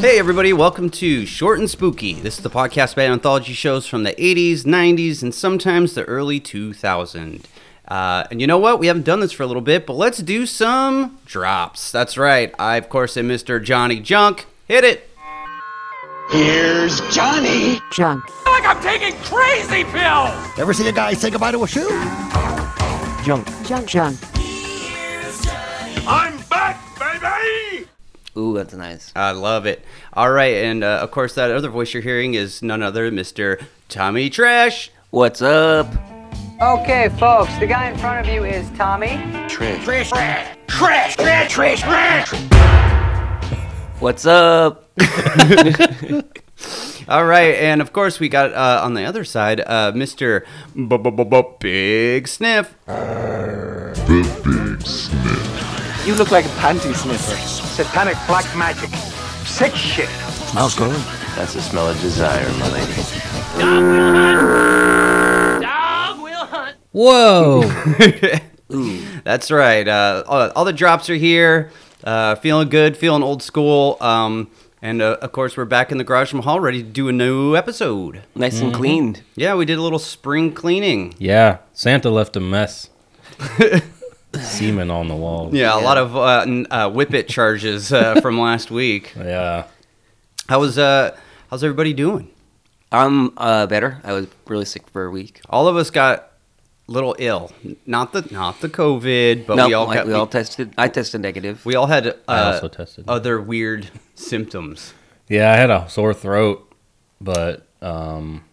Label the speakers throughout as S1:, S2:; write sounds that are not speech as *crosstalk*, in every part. S1: Hey, everybody, welcome to Short and Spooky. This is the podcast about anthology shows from the 80s, 90s, and sometimes the early 2000s. Uh, and you know what? We haven't done this for a little bit, but let's do some drops. That's right. I, of course, am Mr. Johnny Junk. Hit it.
S2: Here's Johnny.
S3: junk,
S4: like I'm taking crazy pills!
S5: Ever see a guy say goodbye to a shoe?
S3: junk, junk,
S4: I'm back, baby!
S6: Ooh, that's nice.
S1: I love it. All right. And uh, of course, that other voice you're hearing is none other than Mr. Tommy Trash.
S6: What's up?
S7: Okay, folks, the guy in front of you is Tommy.
S6: What's up?
S1: *laughs* All right, and of course we got uh, on the other side, uh, Mister Big Sniff.
S8: You look like a panty sniffer.
S4: Satanic black magic. Sick shit.
S5: Smells good.
S6: That's the smell of desire, my lady.
S1: That's right. Uh, all, all the drops are here. Uh, feeling good, feeling old school. Um, and uh, of course we're back in the garage from hall, ready to do a new episode.
S6: Nice and
S9: Mm-hmm.
S6: cleaned.
S1: Yeah, we did a little spring cleaning.
S9: Yeah, Santa left a mess.
S1: *laughs*
S9: Semen on the wall.
S1: Yeah, a lot of uh, n- uh, whippet charges
S9: *laughs*
S1: uh, from last week.
S9: Yeah.
S1: How was uh, how's everybody doing?
S6: I'm uh, better. I was really sick for a week.
S1: All of us got a little ill. Not the not the COVID, but
S6: no,
S1: we all
S6: I-
S1: got
S6: we all tested. I tested negative.
S1: We all had uh,
S9: I also tested.
S1: other weird symptoms.
S9: Yeah, I had a sore throat, but um,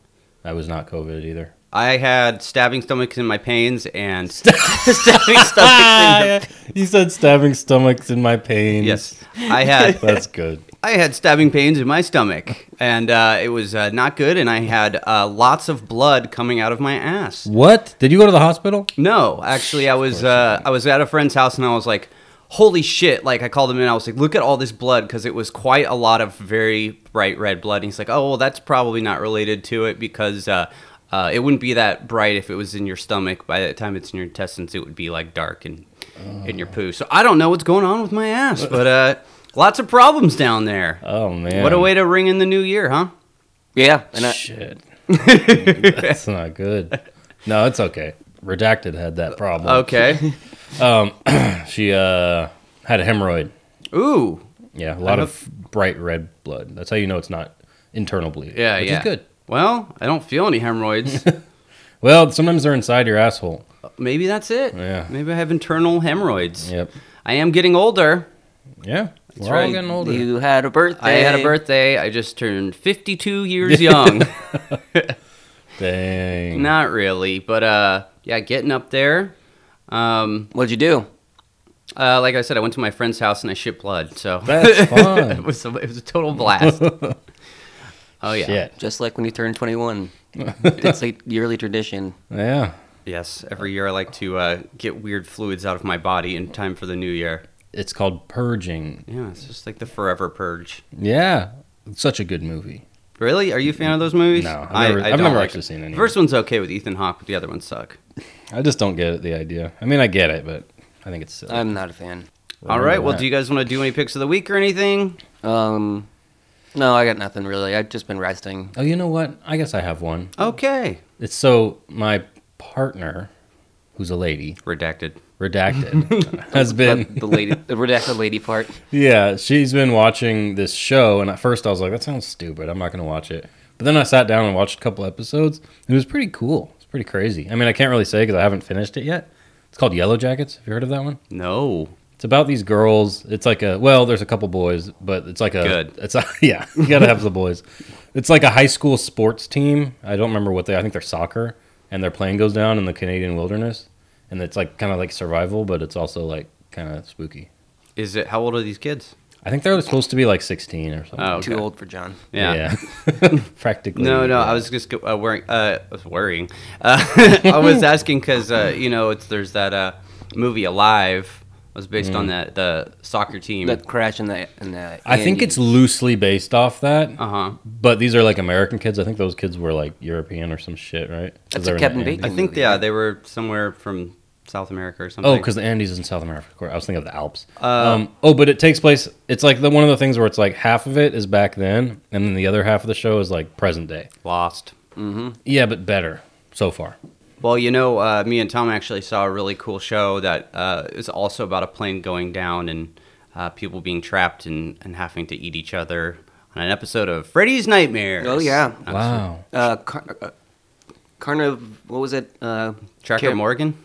S9: I was not
S1: *laughs*
S9: COVID either.
S1: I had stabbing stomachs in my pains,
S9: *laughs*
S1: and
S6: Stabbing
S1: *laughs*
S6: stomach thing.
S9: Ah, You said stabbing stomachs in my pains.
S1: yes, *laughs* I
S9: *laughs*
S1: had
S9: That's good.
S1: I had stabbing pains in my stomach, and uh, it was uh, not good. And I had uh, lots of blood coming out of my ass.
S9: What? Did you go to the hospital?
S1: No, actually, I was uh, I was at a friend's house, and I was like, "Holy shit!" Like I called him in. I was like, "Look at all this blood," because it was quite a lot of very bright red blood. And he's like, "Oh, well, that's probably not related to it because uh, uh, it wouldn't be that bright if it was in your stomach. By the time it's in your intestines, it would be like dark and in your poo." So I don't know what's going on with my ass, but uh, lots of problems down there.
S9: Oh, man.
S1: What a way to ring in the new year, huh?
S6: Yeah, and I,
S1: *laughs*
S9: Shit. That's not good. No, it's okay. Redacted had that problem.
S1: Okay.
S9: She uh, had a hemorrhoid.
S1: Ooh.
S9: Yeah, a lot
S1: I
S9: of bright red blood. That's how you know it's not internal bleeding.
S1: Yeah.
S9: which
S1: yeah.
S9: is good.
S1: Well, I don't feel any hemorrhoids.
S9: Well, sometimes they're inside your asshole.
S1: Maybe that's it.
S9: Yeah.
S1: Maybe I have internal hemorrhoids.
S9: Yep.
S1: I am getting older.
S9: Yeah. We're
S1: right.
S9: all getting older.
S6: you had a birthday.
S1: I had a birthday. I just turned 52
S9: *laughs*
S1: years young.
S9: Dang.
S1: Not really, but uh, yeah, getting up there. Um,
S6: What'd you do?
S1: uh, like I said, I went to my friend's house and I shit blood. So *laughs*
S9: That's
S1: it
S9: fun.
S1: was a, it was a total
S9: *laughs*
S1: blast. oh yeah.
S9: Shit.
S6: Just like when you
S9: *laughs*
S6: turned 21. it's a yearly tradition.
S9: Yeah.
S1: Yes. Every year I like to uh, get weird fluids out of my body in time for the new year.
S9: It's called Purging.
S1: Yeah, it's just like the forever purge.
S9: Yeah. It's such a good movie.
S1: Really? Are you a fan of those movies?
S9: No, I've never- I've
S1: don't
S9: never
S1: like
S9: actually
S1: it.
S9: seen any.
S1: The first one's okay with Ethan Hawke, but the other ones suck.
S9: I just don't get it, the idea. I mean, I get it, but I think it's silly.
S6: I'm not a fan.
S1: All right. Well,
S9: that.
S1: do you guys want to do any picks of the week or anything?
S6: Um, no, I got nothing really. I've just been resting.
S9: oh, you know what? I guess I have one.
S1: Okay.
S9: It's so my partner, who's a lady,
S1: Redacted.
S9: redacted, *laughs* has
S6: The,
S9: been. *laughs*
S6: the lady, the redacted lady part.
S9: Yeah, she's been watching this show, and at first I was like, "That sounds stupid. I'm not going to watch it." But then I sat down and watched a couple episodes. It was pretty cool. It's pretty crazy. I mean, I can't really say because I haven't finished it yet. It's called Yellow Jackets. Have you heard of that one?
S1: No.
S9: It's about these girls. It's like a well, there's a couple boys, but it's like a
S1: Good.
S9: It's a, *laughs* yeah, you gotta have the boys. It's like a high school sports team. I don't remember what they. I think they're soccer, and their plane goes down in the Canadian wilderness, and it's like kind of like survival, but it's also like kind of spooky.
S1: Is it? How old are these kids?
S9: I think they're supposed to be like 16 or something.
S1: Oh, okay.
S6: Too old for John.
S1: Yeah. *laughs*
S9: *laughs* Practically.
S1: No, no. I was just go- uh, worrying. Uh, I was worrying. *laughs* Uh, I was asking because uh, you know it's there's that uh, movie Alive was based on that the soccer team.
S6: That crash in the in the.
S9: I think it's
S6: Andes.
S9: loosely based off that,
S1: uh huh.
S9: but these are like American kids. I think those kids were like European or some shit, right? 'Cause
S6: That's
S9: they
S6: a
S9: were in
S6: Kevin
S9: the
S6: Bacon.
S9: Andes.
S1: I think
S6: movie,
S1: yeah
S6: right?
S1: they were somewhere from South America or something.
S9: Oh, because the Andes is in South America. Of course. I was thinking of the Alps.
S1: Uh.
S9: um, oh, but it takes place. It's like the one of the things where it's like half of it is back then, and then the other half of the show is like present day.
S1: Lost.
S9: Yeah, but better so far.
S1: Well, you know, uh, me and Tom actually saw a really cool show that uh, is also about a plane going down and uh, people being trapped and, and having to eat each other on an episode of Freddy's Nightmares.
S6: Oh, yeah.
S9: Wow.
S6: Uh, car- uh, Carniv, what was it? Uh,
S1: Tracker
S6: Car-
S1: Morgan.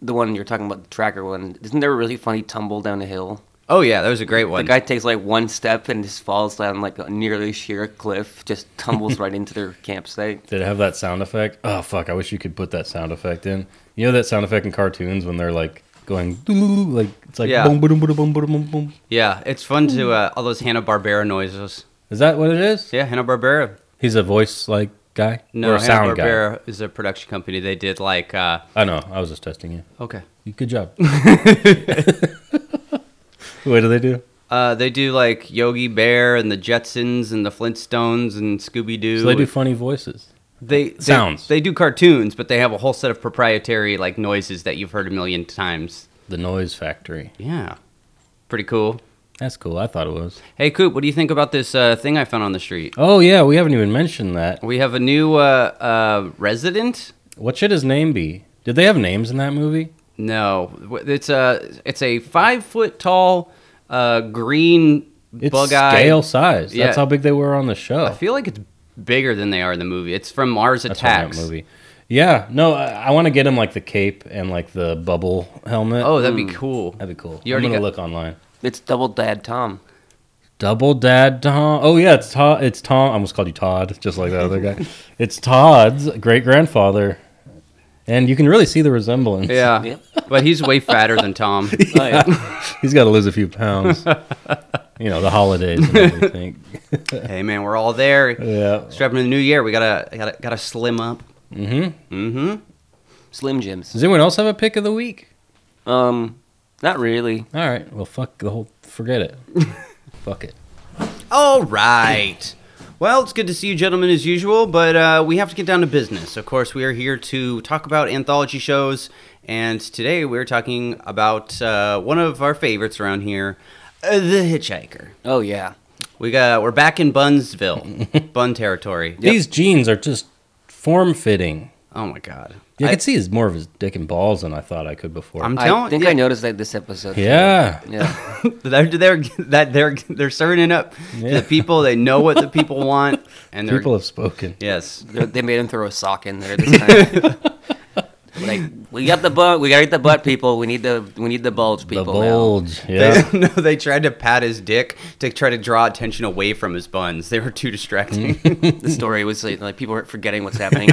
S6: The one you're talking about, the tracker one. Isn't there a really funny tumble down a hill?
S1: Oh yeah, that was a great one.
S6: The guy takes like one step and just falls down like a nearly sheer cliff, just tumbles right into their campsite.
S9: Did it have that sound effect? Oh fuck! I wish you could put that sound effect in. You know that sound effect in cartoons when they're like going "Doo-doo-doo," like it's like
S1: Yeah.
S9: boom boom boom boom boom boom boom.
S1: yeah, it's fun to uh, all those Hanna Barbera noises.
S9: Is that what it is?
S1: Yeah, Hanna Barbera.
S9: He's a voice like guy
S1: No,
S9: or a
S1: Hanna
S9: sound guy.
S1: Barbera is a production company. They did like uh,
S9: I know. I was just testing you.
S1: okay,
S9: You-
S1: *laughs*
S9: Good job. *laughs* what do they do?
S1: uh, they do like Yogi Bear and the Jetsons and the Flintstones and Scooby Doo.
S9: So they do funny voices.
S1: they they-
S9: Sounds.
S1: They, do cartoons, but they have a whole set of proprietary like noises that you've heard a million times.
S9: The Noise Factory.
S1: Yeah, pretty cool.
S9: That's cool. I thought it was.
S1: Hey Coop, what do you think about this uh, thing I found on the street?
S9: Oh yeah, we haven't even mentioned that.
S1: We have a new uh, uh, resident.
S9: What should his name be? Did they have names in that movie?
S1: No, w- it's a it's a five foot tall uh, green
S9: It's
S1: bug
S9: scale
S1: eye.
S9: size.
S1: Yeah.
S9: That's how big they were on the show.
S1: I feel like it's bigger than they are in the movie. It's from Mars
S9: That's from
S1: Attacks.
S9: that movie. Yeah, no, I, I want to get him like the cape and like the bubble helmet.
S1: Oh, that'd be cool.
S9: that'd be cool.
S1: You
S9: I'm
S1: already
S9: gonna
S1: got-
S9: look online.
S6: It's double dad Tom.
S9: Double Dad Tom. Oh yeah, it's Todd. It's Tom. I almost called you Todd, just like that
S1: *laughs*
S9: other guy. It's Todd's great grandfather, and you can really see the resemblance.
S1: Yeah,
S6: Yep.
S1: but he's way fatter than
S9: *laughs*
S1: Tom.
S6: Oh, yeah.
S9: he's got to lose a
S1: *laughs*
S9: few pounds. you know, the holidays and everything.
S1: hey man, we're all there.
S9: yeah,
S1: Strapping to the new year, we gotta gotta gotta slim up.
S6: Slim Jims.
S9: Does anyone else have a pick of the week?
S6: Um, not really.
S9: All right. Well, fuck the whole.
S1: *laughs*
S9: Forget it. fuck it.
S1: All right. Well, it's good to see you, gentlemen, as usual, but uh, we have to get down to business. Of course, we are here to talk about anthology shows, and today we're talking about uh, one of our favorites around here, uh, The Hitchhiker.
S6: Oh yeah.
S1: We got we're back in *laughs* Bunsville, Bun territory.
S9: These jeans are just form fitting.
S1: Oh my God,
S9: Yeah, I,
S1: I-
S9: could see his more of his dick and balls than I thought I could before.
S1: I'm
S6: I
S1: telling
S6: think
S1: you,
S6: I noticed that this episode. too.
S9: yeah.
S6: Yeah.
S1: *laughs* they're, they're that they're they're serving up to
S9: Yeah.
S1: the people. They know what the people want, and they're
S9: People have spoken.
S1: yes,
S6: They- they made him throw a sock in there this
S9: *laughs*
S6: time. like we got the butt, we got to eat the butt, people. We need the we need the bulge, people.
S9: The
S6: now."
S1: *laughs*
S9: bulge.
S1: They,
S9: Yeah.
S1: no, they tried to pat his dick to try to draw attention away from his buns. They were too distracting. *laughs*
S9: Mm,
S6: The story was like, like people were forgetting what's happening.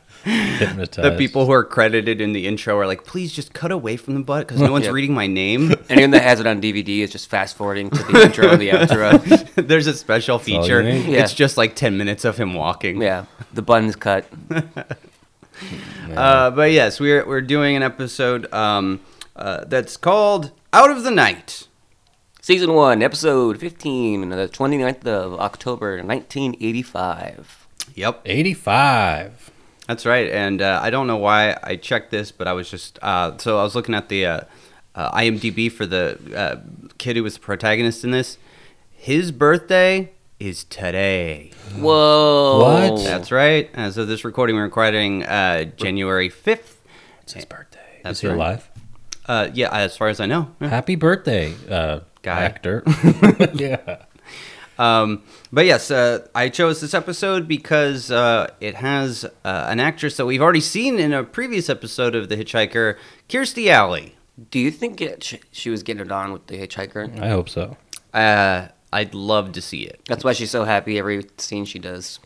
S9: *laughs*
S1: the
S9: Hypnotized.
S1: people who are credited in the intro are like, please just cut away from the butt
S9: *laughs*
S1: because no one's
S6: Yeah.
S1: reading my name. *laughs*
S6: Anyone that has it on DVD is just fast forwarding to the intro and
S9: *laughs*
S6: the outro.
S1: There's a special
S9: all you
S1: feature.
S9: need.
S6: Yeah.
S1: It's just like 10 minutes of him walking.
S6: Yeah, the bun's cut.
S1: Uh, but yes, we're, we're doing an episode um, uh, that's called Out of the Night.
S6: Season 1, episode 15, the 29th of October, 1985.
S1: Yep.
S9: 85.
S1: That's right, and uh, I don't know why I checked this, but I was just uh, so I was looking at the uh, uh, IMDb for the uh, kid who was the protagonist in this. His birthday is today.
S6: Whoa.
S9: What?
S1: That's right. As of this recording, we're recording uh, January fifth.
S9: It's his birthday.
S1: That's
S9: Is he
S1: right.
S9: alive?
S1: Uh, yeah, as far as I know. Yeah.
S9: Happy birthday, uh,
S1: Guy. *laughs*
S9: actor. yeah.
S1: Um, but yes, uh, I chose this episode because uh, it has uh, an actress that we've already seen in a previous episode of The Hitchhiker, Kirstie Alley.
S6: Do you think it, she, she was getting it on with the hitchhiker?
S9: I hope so.
S1: Uh, I'd love to see it.
S6: That's why she's so happy every scene she does.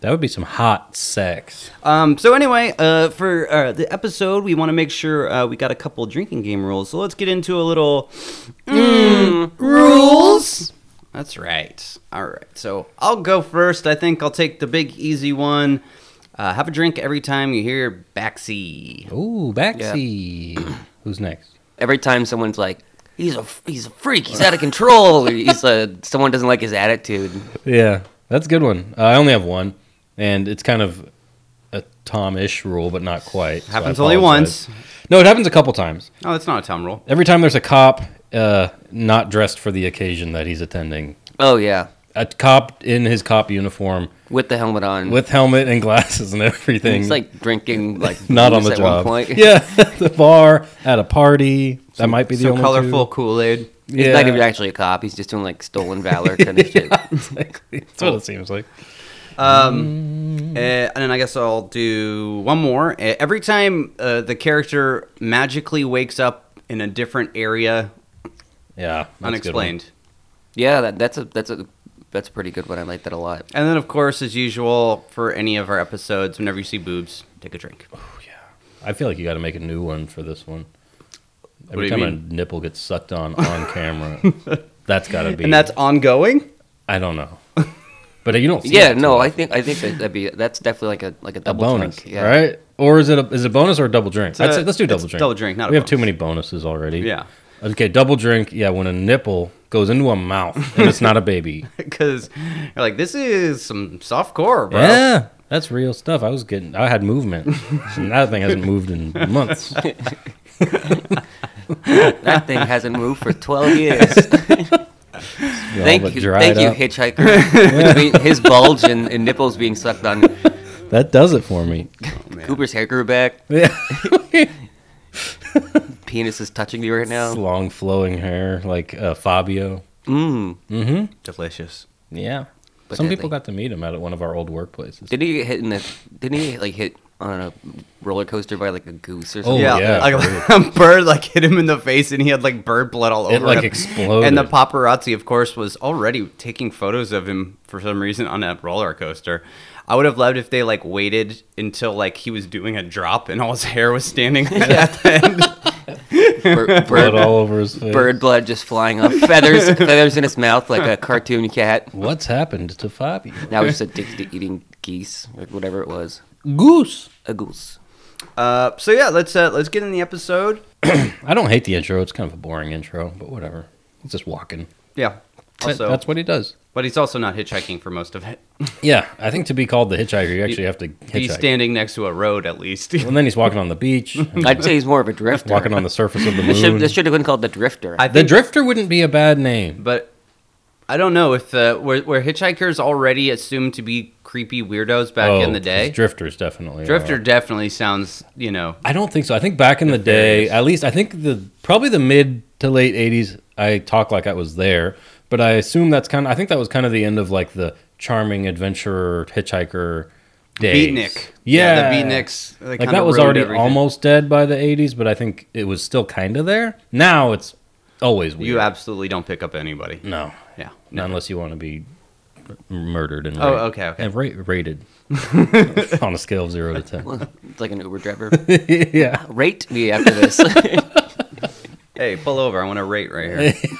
S9: That would be some hot sex.
S1: Um, so anyway, uh, for uh, the episode, we want to make sure uh, we got a couple drinking game rules. So let's get into a little mm, rules. That's right. All right. So I'll go first. I think I'll take the big easy one. Uh, have a drink every time you hear backseat.
S9: Ooh, backseat. *clears throat* Who's next?
S6: Every time someone's like, he's a, he's a freak, he's out of control, or he's a, someone doesn't like his attitude.
S9: Yeah, that's a good one. Uh, I only have one, and it's kind of a Tom-ish rule, but not quite. so I
S1: Happens only
S9: apologize.
S1: once.
S9: No, it happens a couple times.
S1: Oh, that's not a Tom rule.
S9: Every time there's a cop uh, not dressed for the occasion that he's attending,
S6: Oh yeah,
S9: a cop in his cop uniform
S6: with the helmet on.
S9: with helmet and glasses and *laughs* everything.
S6: He's like drinking
S9: *laughs*
S6: like
S9: not on
S6: booze
S9: the
S6: at
S9: job.
S6: One point.
S9: Yeah, *laughs* at the bar at a party. That might be the
S1: So
S9: only
S1: colorful
S9: Two.
S1: Kool Aid.
S9: Yeah,
S6: He's not even actually a cop. He's just doing like stolen *laughs* valor kind of shit.
S9: exactly. That's what it seems like. Mm.
S1: Uh, and then I guess I'll do one more. Uh, every time uh, the character magically wakes up in a different area,
S9: Yeah, that's a good one.
S1: unexplained.
S6: Yeah, that, that's a that's a that's a pretty good one. I like that a lot.
S1: And then, of course, as usual for any of our episodes, whenever you see boobs, take a drink.
S9: I feel like you got to make a new one for this one.
S1: do
S9: Every
S1: you
S9: time
S1: mean?
S9: a nipple gets sucked on on
S6: *laughs*
S9: camera, that's got to be.
S1: And that's ongoing.
S9: I don't know, but you
S6: *laughs*
S9: don't. See
S6: Yeah,
S9: that too
S6: no, I
S9: often.
S6: think I think that, that'd be that's definitely like a like a
S9: a
S6: double
S9: bonus,
S6: drink. Yeah,
S9: right? Or is it a, is it a bonus or a double drink? I'd
S1: a-
S9: say, let's do double
S1: it's
S9: drink.
S1: double drink, not a
S9: we have
S1: bonus.
S9: too many bonuses already.
S1: Yeah. *laughs*
S9: Okay, double drink. Yeah, when a nipple goes into a mouth and it's not
S1: *laughs*
S9: a baby.
S1: Because you're like, this is some soft core, bro.
S9: yeah, that's real stuff. I was getting. I had movement. and that thing hasn't moved
S1: *laughs*
S9: in months.
S6: That
S9: *laughs*
S6: thing hasn't moved for twelve years. *laughs*
S9: All
S6: thank
S9: but
S6: you,
S9: dried
S6: thank
S9: up. *laughs*
S6: you, hitchhiker. Between his bulge and, and nipples being sucked on,
S9: That does it
S1: *laughs*
S9: for me.
S6: Cooper's hair grew back.
S9: *laughs* Yeah.
S6: Penis is touching me right
S9: It's
S6: now.
S9: long flowing hair like uh, Fabio.
S6: Mm.
S1: Delicious.
S9: Yeah.
S6: But
S9: Some
S6: did
S9: people
S6: they-
S9: got to meet him at one of our old workplaces.
S6: Didn't he get hit in the? Didn't he like hit on a roller coaster by like a goose or
S9: Oh,
S6: something?
S1: yeah,
S9: yeah,
S1: like, *laughs* a bird like hit him in the face, and he had like bird blood all over
S9: it like
S1: him.
S9: exploded.
S1: And the paparazzi, of course, was already taking photos of him for some reason on that roller coaster. I would have loved if they like waited until like he was doing a drop and all his hair was
S9: *laughs*
S1: standing. at the end.
S6: bird,
S9: blood
S6: bird,
S9: all over
S1: *laughs*
S9: his face.
S6: bird blood just flying
S9: *laughs*
S6: off, feathers feathers in his mouth like a cartoon cat.
S9: What's happened to Fabio?
S6: Now he's just addicted to eating geese or whatever it was.
S9: Goose.
S6: A goose.
S1: Uh, so yeah, let's uh, let's get in the episode.
S9: I don't hate the intro. It's kind of a boring intro, but whatever. He's just walking.
S1: Yeah.
S9: That-
S1: Also,
S9: that's what he does.
S1: but he's also not hitchhiking for most of it. *laughs*
S9: Yeah, I think to be called the hitchhiker, you actually have to
S1: He's
S9: hitchhike.
S1: standing next to a road at least.
S9: and then he's walking on the beach, and
S6: I'd say he's more of a drifter.
S9: walking on the surface of the
S6: This should,
S9: moon.
S6: this should have been called the drifter.
S1: *laughs* I
S9: the
S1: think,
S9: drifter wouldn't be a bad name.
S1: but I don't know if uh, were, were hitchhikers already assumed to be creepy weirdos back
S9: Oh,
S1: in the day.
S9: 'cause drifters definitely.
S1: Drifter
S9: are.
S1: definitely sounds, you know,
S9: I don't think so. I think back in the day, at least I think the probably the mid to late '80s, I talk like I was there, but I assume that's kind of. I think that was kind of the end of like the charming adventurer hitchhiker days.
S1: beatnik.
S9: yeah,
S1: the beatniks. They
S9: Like
S1: kinda
S9: that was
S1: rode
S9: already
S1: everything.
S9: almost dead by the '80s, but I think it was still kind of there. Now it's always weird.
S1: You absolutely don't pick up anybody.
S9: no,
S1: Yeah.
S9: Mm. not unless you want to be murdered and
S1: Oh,
S9: raped.
S1: okay, okay.
S9: and ra-
S1: *laughs*
S9: rated on a scale of zero to ten.
S6: It's like an Uber driver.
S9: *laughs*
S6: *laughs*
S9: yeah,
S6: Rate me after
S9: *laughs*
S6: this.
S1: Hey, pull over. I want to rate right here.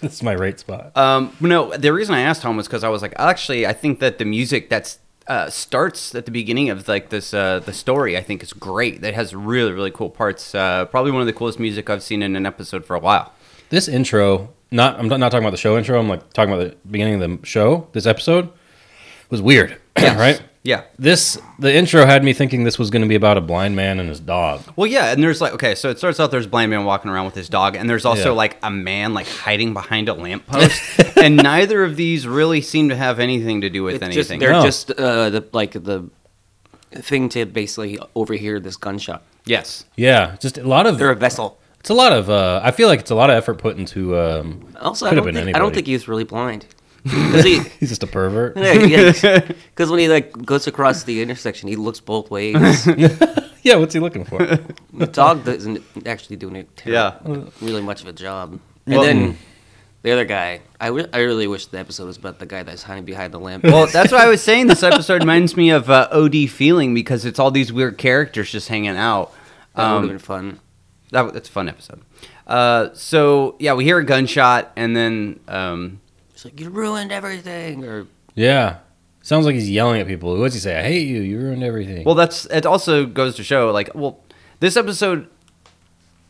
S9: that's my rate spot.
S1: Um, no, the reason I asked Tom was because I was like, actually, I think that the music that's uh, starts at the beginning of like this uh, the story. I think is great. That has really really cool parts. Uh, probably one of the coolest music I've seen in an episode for a while.
S9: This intro, not I'm not talking about the show intro. I'm like talking about the beginning of the show. This episode was weird, *clears throat* right?
S1: Yeah.
S9: This the intro had me thinking this was going to be about a blind man and his dog.
S1: Well, yeah, and there's like okay, so it starts out there's a blind man walking around with his dog, and there's also
S9: Yeah.
S1: like a man like hiding behind a lamppost, *laughs* and neither of these really seem to have anything to do with
S6: It's just,
S1: anything.
S6: they're
S9: No.
S6: just uh, the like the thing to basically overhear this gunshot.
S1: yes,
S9: Yeah, just a lot of
S6: They're a vessel.
S9: it's a lot of. Uh, I feel like it's a lot of effort put into. Um,
S6: Also, I
S9: Could have
S6: don't,
S9: been
S6: think, I don't
S9: anybody.
S6: think he's really blind. Because he, *laughs*
S9: he's just a
S1: *laughs*
S9: pervert.
S6: yeah,
S9: *laughs*
S6: yeah, 'cause when he like goes across the intersection, he looks both ways.
S9: yeah, what's he
S1: *laughs*
S9: looking for?
S6: The dog doesn't actually do any
S1: yeah. mm.
S6: really much of a job. And then the other guy, I wi- I really wish the episode was about the guy that's hiding behind the lamp.
S1: Well, that's why I was saying this episode reminds me of uh, OD feeling because it's all these weird characters just hanging out.
S6: that would
S1: Um,
S6: have been fun.
S1: That, that's a fun episode. Uh, so yeah, we hear a gunshot, and then um,
S6: It's like you ruined everything, or
S9: Yeah, sounds like he's yelling at people. What's he say? I hate you. You ruined everything.
S1: well, that's it. Also goes to show, like, well, this episode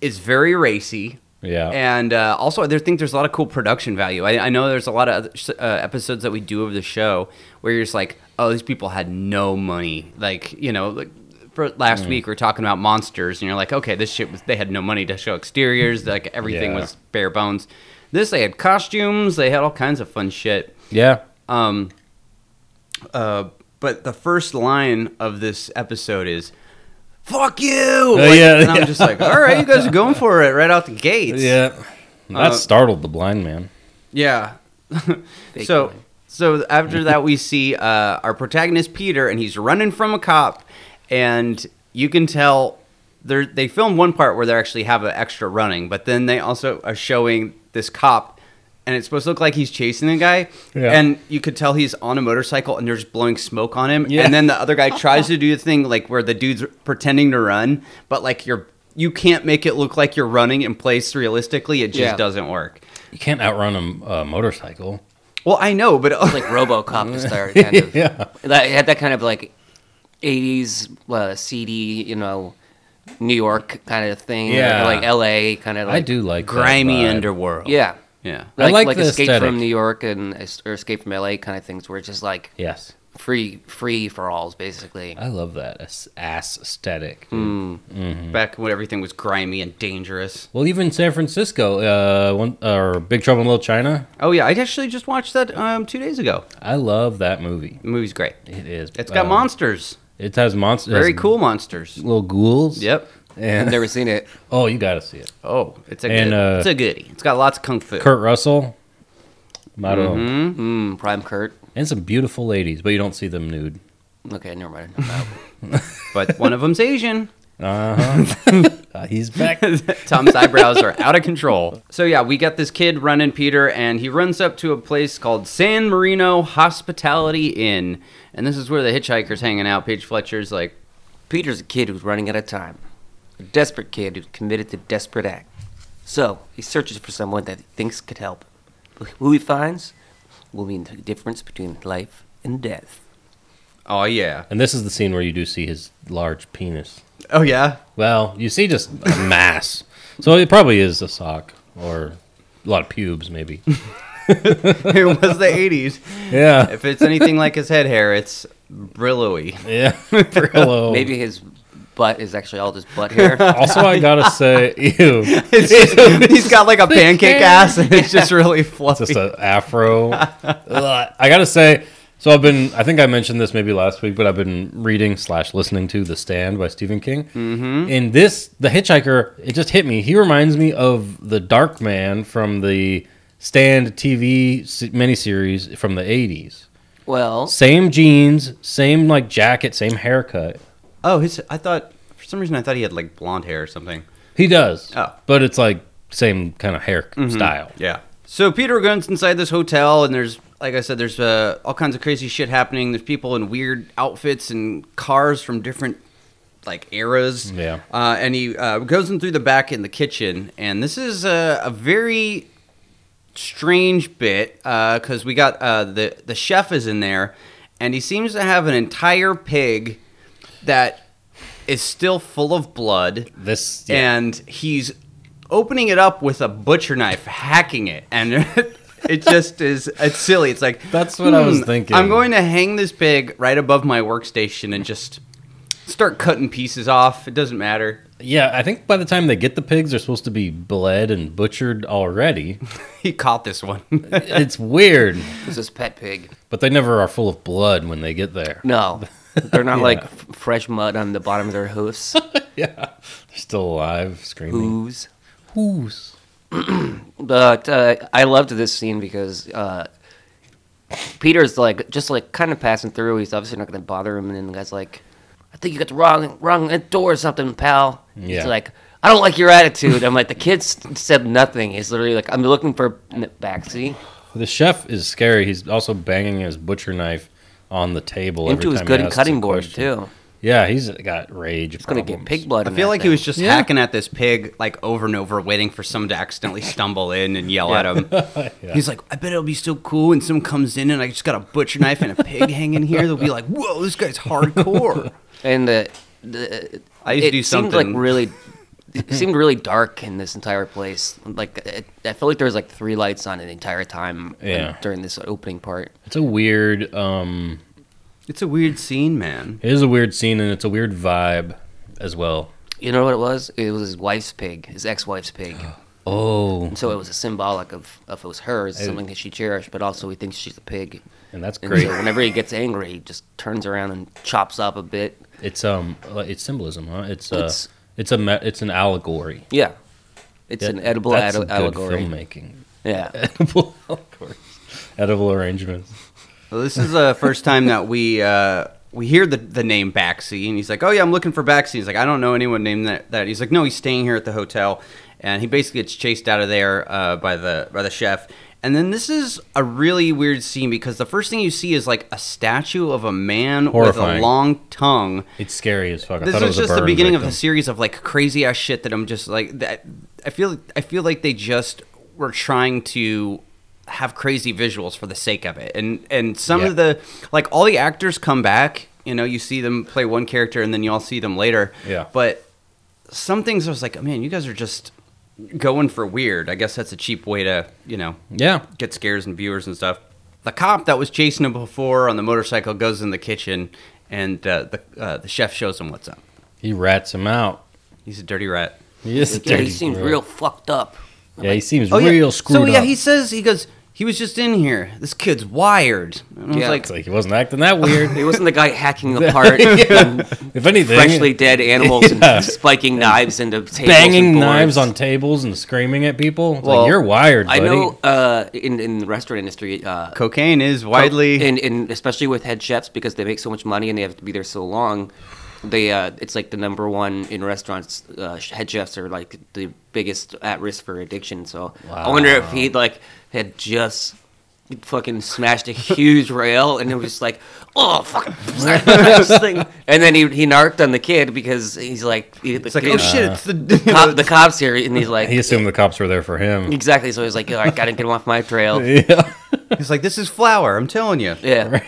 S1: is very racy.
S9: Yeah.
S1: And uh, also, I think there's a lot of cool production value. I, I know there's a lot of other sh- uh, episodes that we do of the show where you're just like, oh, these people had no money. Like, you know, like for last
S9: Mm.
S1: week we are talking about monsters, and you're like, okay, this shit was they had no money to show exteriors. Like everything
S9: Yeah.
S1: was bare bones. This they had costumes. They had all kinds of fun shit.
S9: yeah.
S1: Um, uh, but the first line of this episode is "fuck you,"
S9: Uh,
S1: Like,
S9: yeah,
S1: and I'm
S9: yeah.
S1: just like, "All right, you guys are going for it right
S9: *laughs*
S1: out the gates."
S9: Yeah. That
S1: Uh,
S9: startled the blind man.
S1: yeah.
S6: Big
S1: so,
S6: line.
S1: so after that, we see uh, our protagonist Peter, and he's running from a cop, and you can tell they they filmed one part where they actually have an extra running, but then they also are showing this cop. And it's supposed to look like he's chasing a guy,
S9: Yeah.
S1: and you could tell he's on a motorcycle, and they're just blowing smoke on him.
S9: Yeah.
S1: And then the other guy tries to
S6: *laughs*
S1: do the thing like where the dude's pretending to run, but like you're you can't make it look like you're running in place realistically. It just
S6: Yeah.
S1: doesn't work.
S9: You can't outrun a m- a, motorcycle.
S1: Well, I know, but *laughs*
S6: like RoboCop to start. Kind
S9: *laughs*
S6: of.
S9: Yeah.
S6: That- it had that kind of like '80s uh, CD, you know, New York kind of thing.
S9: Yeah.
S6: like, LA kind of. Like,
S9: I do like that
S1: grimy
S9: vibe.
S1: underworld.
S6: Yeah.
S1: yeah.
S9: I
S6: Like,
S9: like
S6: like,
S9: the
S6: Escape
S9: aesthetic.
S6: from New York and es- or Escape from LA kind of things, where it's just like
S9: Yes.
S6: free free for alls basically.
S9: I love that ass ass aesthetic.
S1: Hmm. Back when everything was grimy and dangerous.
S9: Well, even San Francisco, uh, one, or Big Trouble in Little China.
S1: Oh yeah, I actually just watched that um, two days ago.
S9: I love that movie.
S1: The movie's great.
S9: It is.
S1: It's got
S9: uh,
S1: monsters.
S9: It has monsters.
S1: Very cool monsters.
S9: Little ghouls.
S1: Yep.
S9: And
S6: I've never seen it.
S9: *laughs* oh, you gotta see it.
S1: Oh, it's a
S9: And,
S1: good,
S9: uh,
S1: it's a goodie. It's got lots of kung fu.
S9: Kurt Russell. I don't know.
S6: Mm, Prime Kurt.
S9: And some beautiful ladies, but you don't see them nude.
S6: Okay, never mind. *laughs* I'm out.
S1: But one of them's Asian.
S9: *laughs* Uh, he's back.
S1: Tom's eyebrows are out of *laughs* control. So yeah, we got this kid running Peter, and he runs up to a place called San Marino Hospitality Inn, and this is where the hitchhiker's hanging out. Paige Fletcher's like,
S6: Peter's a kid who's running out of time. A desperate kid who's committed to desperate act. So he searches for someone that he thinks could help. Who he finds will mean the difference between life and death.
S1: "Oh yeah,
S9: and this is the scene where you do see his large penis.
S1: oh yeah,
S9: Well, you see just a *laughs* mass. so it probably is a sock or a lot of pubes, maybe.
S1: *laughs* it was the '80s."
S9: Yeah.
S1: If it's anything like his head hair, it's brillowy.
S9: *laughs*
S1: *laughs*
S9: Yeah. Hello.
S6: Maybe his butt is actually all just
S9: *laughs*
S6: butt hair.
S9: Also, I gotta say, ew,
S1: It's just, he's got like a pancake ass, and it's just really fluffy.
S9: just an afro. Ugh. I gotta say, so I've been, I think I mentioned this maybe last week, but I've been reading slash listening to The Stand by Stephen King. Mm-hmm. And this, The Hitchhiker, it just hit me. He reminds me of the Dark Man from the Stand TV s- miniseries from the 80s.
S6: well,
S9: Same jeans, same like jacket, same haircut.
S1: oh, his, I thought for some reason I thought he had like blonde hair or something.
S9: He does.
S1: Oh.
S9: But it's like same kind of hair style.
S1: Yeah. So Peter goes inside this hotel, and there's, like I said, there's uh, all kinds of crazy shit happening. There's people in weird outfits and cars from different, like, eras.
S9: Yeah.
S1: Uh, and he uh, goes in through the back in the kitchen, and this is uh, a, a very strange bit because we got uh, the the chef is in there, and he seems to have an entire pig that is still full of blood
S9: This
S1: and he's opening it up with a butcher knife, hacking it, and *laughs* it just is it's silly. It's like
S9: That's what I was
S1: "Hmm,
S9: thinking."
S1: I'm going to hang this pig right above my workstation and just start cutting pieces off. It doesn't matter. *laughs*
S9: Yeah, I think by the time they get the pigs, they're supposed to be bled and butchered
S6: *laughs*
S9: already.
S1: He caught this one.
S9: it's weird,
S6: this is pet pig.
S9: but they never are full of blood when they get there.
S6: No, they're not like f- fresh mud on the bottom of their hoofs.
S9: They're still alive, screaming.
S6: Hooves.
S9: Who's?
S6: But uh, I loved this scene because uh, Peter's like just like kind of passing through. He's obviously not going to bother him, and then the guy's like, "I think you got the wrong wrong door or something, pal."
S9: Yeah.
S6: He's like, "I don't like your attitude." I'm like, the kid s- said nothing. He's literally like, "I'm looking for n- backseat
S9: The chef is scary. He's also banging his butcher knife on the table
S6: into
S9: every
S6: his
S9: time
S6: good
S9: he
S6: and
S9: asks a
S6: cutting board
S9: question.
S6: too.
S9: Yeah, he's got rage.
S6: He's going to get
S9: problems.
S6: pig blood."
S1: I
S6: in
S1: feel
S6: that
S1: like he
S6: thing.
S1: was just
S9: Yeah.
S1: hacking at this pig like over and over, waiting for someone to accidentally stumble in and yell at him.
S9: *laughs*
S1: He's like, I bet it'll be so cool when someone comes in and I just got a butcher knife and a pig hanging here. They'll be like, whoa,
S6: *laughs*
S1: this guy's hardcore.
S6: and the, the
S1: I used to
S6: it
S1: do
S6: seemed like
S9: *laughs*
S1: something.
S6: really it seemed really dark in this entire place. Like it, I felt like there was like three lights on it the entire time uh,
S9: Yeah.
S6: during this opening part.
S9: It's a weird. um
S1: It's a weird scene, man.
S9: It is a weird scene, and it's a weird vibe as well.
S6: You know what it was? It was his wife's pig, his ex-wife's pig.
S9: Oh,
S6: So it was a symbolic of, of it was hers, something that she cherished, but also he thinks she's a pig.
S9: and that's
S6: And
S9: great.
S6: so whenever he gets angry, he just turns around and chops up a bit.
S9: It's um, like, it's symbolism, huh? It's uh,
S6: It's-
S9: it's, a me- it's an allegory.
S6: Yeah, it's an
S9: That-
S6: edible
S9: that's
S6: alle-
S9: good
S6: allegory.
S9: filmmaking. *laughs*
S6: Yeah,
S9: Edible allegories. Edible arrangements.
S1: Well, this is the first time that we uh, we hear the the name Baxi, and he's like, "Oh yeah, I'm looking for Baxi." He's like, "I don't know anyone named that." that. He's like, "No, he's staying here at the hotel," and he basically gets chased out of there uh, by the by the chef. And then this is a really weird scene because the first thing you see is like a statue of a man with
S9: Horrifying.
S1: a long tongue.
S9: It's scary as fuck. I
S1: This
S9: thought
S1: is
S9: it was a
S1: just the
S9: burn
S1: beginning of
S9: victim.
S1: a series of like crazy ass shit that I'm just like that. I feel I feel like they just were trying to have crazy visuals for the sake of it, and and some
S9: Yeah.
S1: of the like all the actors come back. You know, you see them play one character, and then you all see them later.
S9: Yeah.
S1: But some things I was like, man, you guys are just going for weird. I guess that's a cheap way to you know
S9: Yeah,
S1: get scares and viewers and stuff. The cop that was chasing him before on the motorcycle goes in the kitchen, and uh, the uh, the chef shows him what's up.
S9: he rats him out.
S1: He's a dirty rat.
S9: He is a
S6: yeah,
S9: dirty
S6: he seems
S9: bro.
S6: real fucked up.
S9: Yeah, he seems real screwed
S1: So Oh, yeah,
S9: up.
S1: he says he goes. He was just in here. This kid's wired. And I
S6: Yeah.
S1: was
S9: It's
S1: like,
S9: like he wasn't acting that
S6: *laughs*
S9: weird.
S6: It wasn't the guy hacking
S9: *laughs*
S6: apart
S9: if anything,
S6: freshly dead
S9: *laughs*
S6: animals
S9: Yeah.
S6: and spiking knives into tables and
S9: banging
S6: boards.
S9: knives on tables and screaming at people. It's
S1: Well,
S9: like you're wired,
S6: I
S9: buddy.
S6: know uh, in in the restaurant industry, uh,
S1: cocaine is widely.
S6: and and especially with head chefs because they make so much money and they have to be there so long. They uh, it's like the number one in restaurants. Uh, head chefs are like the biggest at risk for addiction. So I wonder if he like had just fucking smashed a huge rail and it was just like oh fuck *laughs* this thing. and then he he narked on the kid because he's like he,
S1: it's like, oh shit, it's the. *laughs* you know,
S6: cop, the cops here and he's like
S9: He assumed the cops were there for him.
S6: exactly so he's like oh, I gotta get him off my
S9: *laughs*
S6: trail
S9: Yeah.
S1: He's like, this is flour. I'm telling you.
S6: yeah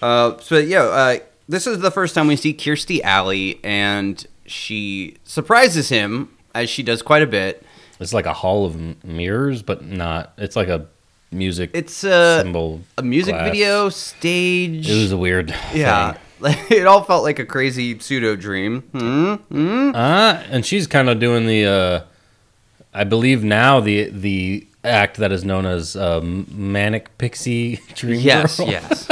S1: Uh, so yeah, uh, this is the first time we see Kirstie Alley, and she surprises him as she does quite a bit.
S9: It's like a hall of m- mirrors, but not. It's like a music
S1: It's uh,
S9: symbol.
S1: a music
S9: glass.
S1: video stage.
S9: It was a weird.
S1: yeah.
S9: thing.
S1: Like, *laughs* it all felt like a crazy pseudo dream. Hmm?
S9: Uh, and she's kind of doing the. Uh, I believe now the the act that is known as um, manic pixie *laughs* dream
S1: Yes,
S9: girl.
S1: yes.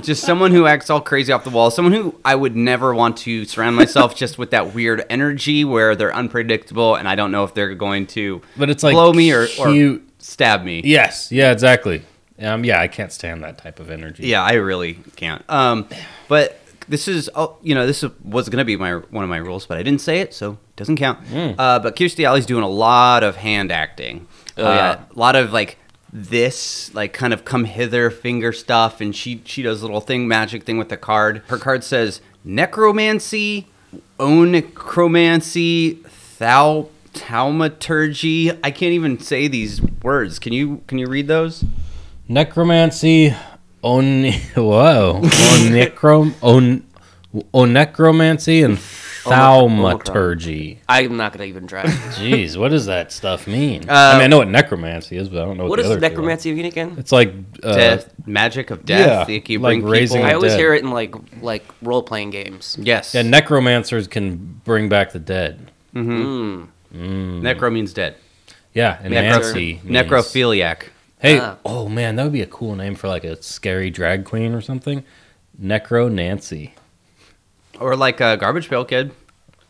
S1: just someone who acts all crazy off the wall. Someone who I would never want to surround myself just with that weird energy where they're unpredictable and I don't know if they're going to
S9: But it's like
S1: blow me or, or
S9: cute.
S1: stab me.
S9: Yes. Yeah. Exactly. Um, yeah, I can't stand that type of energy.
S1: Yeah, I really can't. Um, but this is, oh, you know, this was going to be my one of my rules, but I didn't say it, so it doesn't count. Uh, but Kirstie Alley's doing a lot of hand acting. Oh,
S6: yeah.
S1: A lot of like this, like kind of come hither finger stuff, and she she does a little thing, magic thing with the card. Her card says necromancy, onecromancy, thou. Taumaturgy. I can't even say these words. Can you can you read those?
S9: Necromancy. On *laughs* whoa. On necrom. On. On necromancy and thaumaturgy.
S6: I'm not gonna even
S9: *laughs*
S6: try.
S9: Jeez, what does that stuff mean? I
S1: Uh,
S9: mean, I know what necromancy is, but I don't know what,
S6: What
S9: the
S6: is
S9: other two are.
S6: necromancy again? again?
S9: It's like uh,
S1: death, magic of death.
S9: yeah,
S1: Yeah, you
S9: like
S1: bring
S9: raising
S1: people-
S9: a
S6: I always
S9: dead.
S6: hear it in like like role playing games.
S1: Yes.
S9: Yeah, necromancers can bring back the dead.
S1: Mm-hmm. Necro means dead.
S9: Yeah, and
S1: Necro- uh,
S9: Nancy. means-
S1: Necrophiliac.
S9: Hey,
S6: Ah.
S9: oh man, that would be a cool name for like a scary drag queen or something. Necro Nancy.
S1: Or like a garbage pail kid.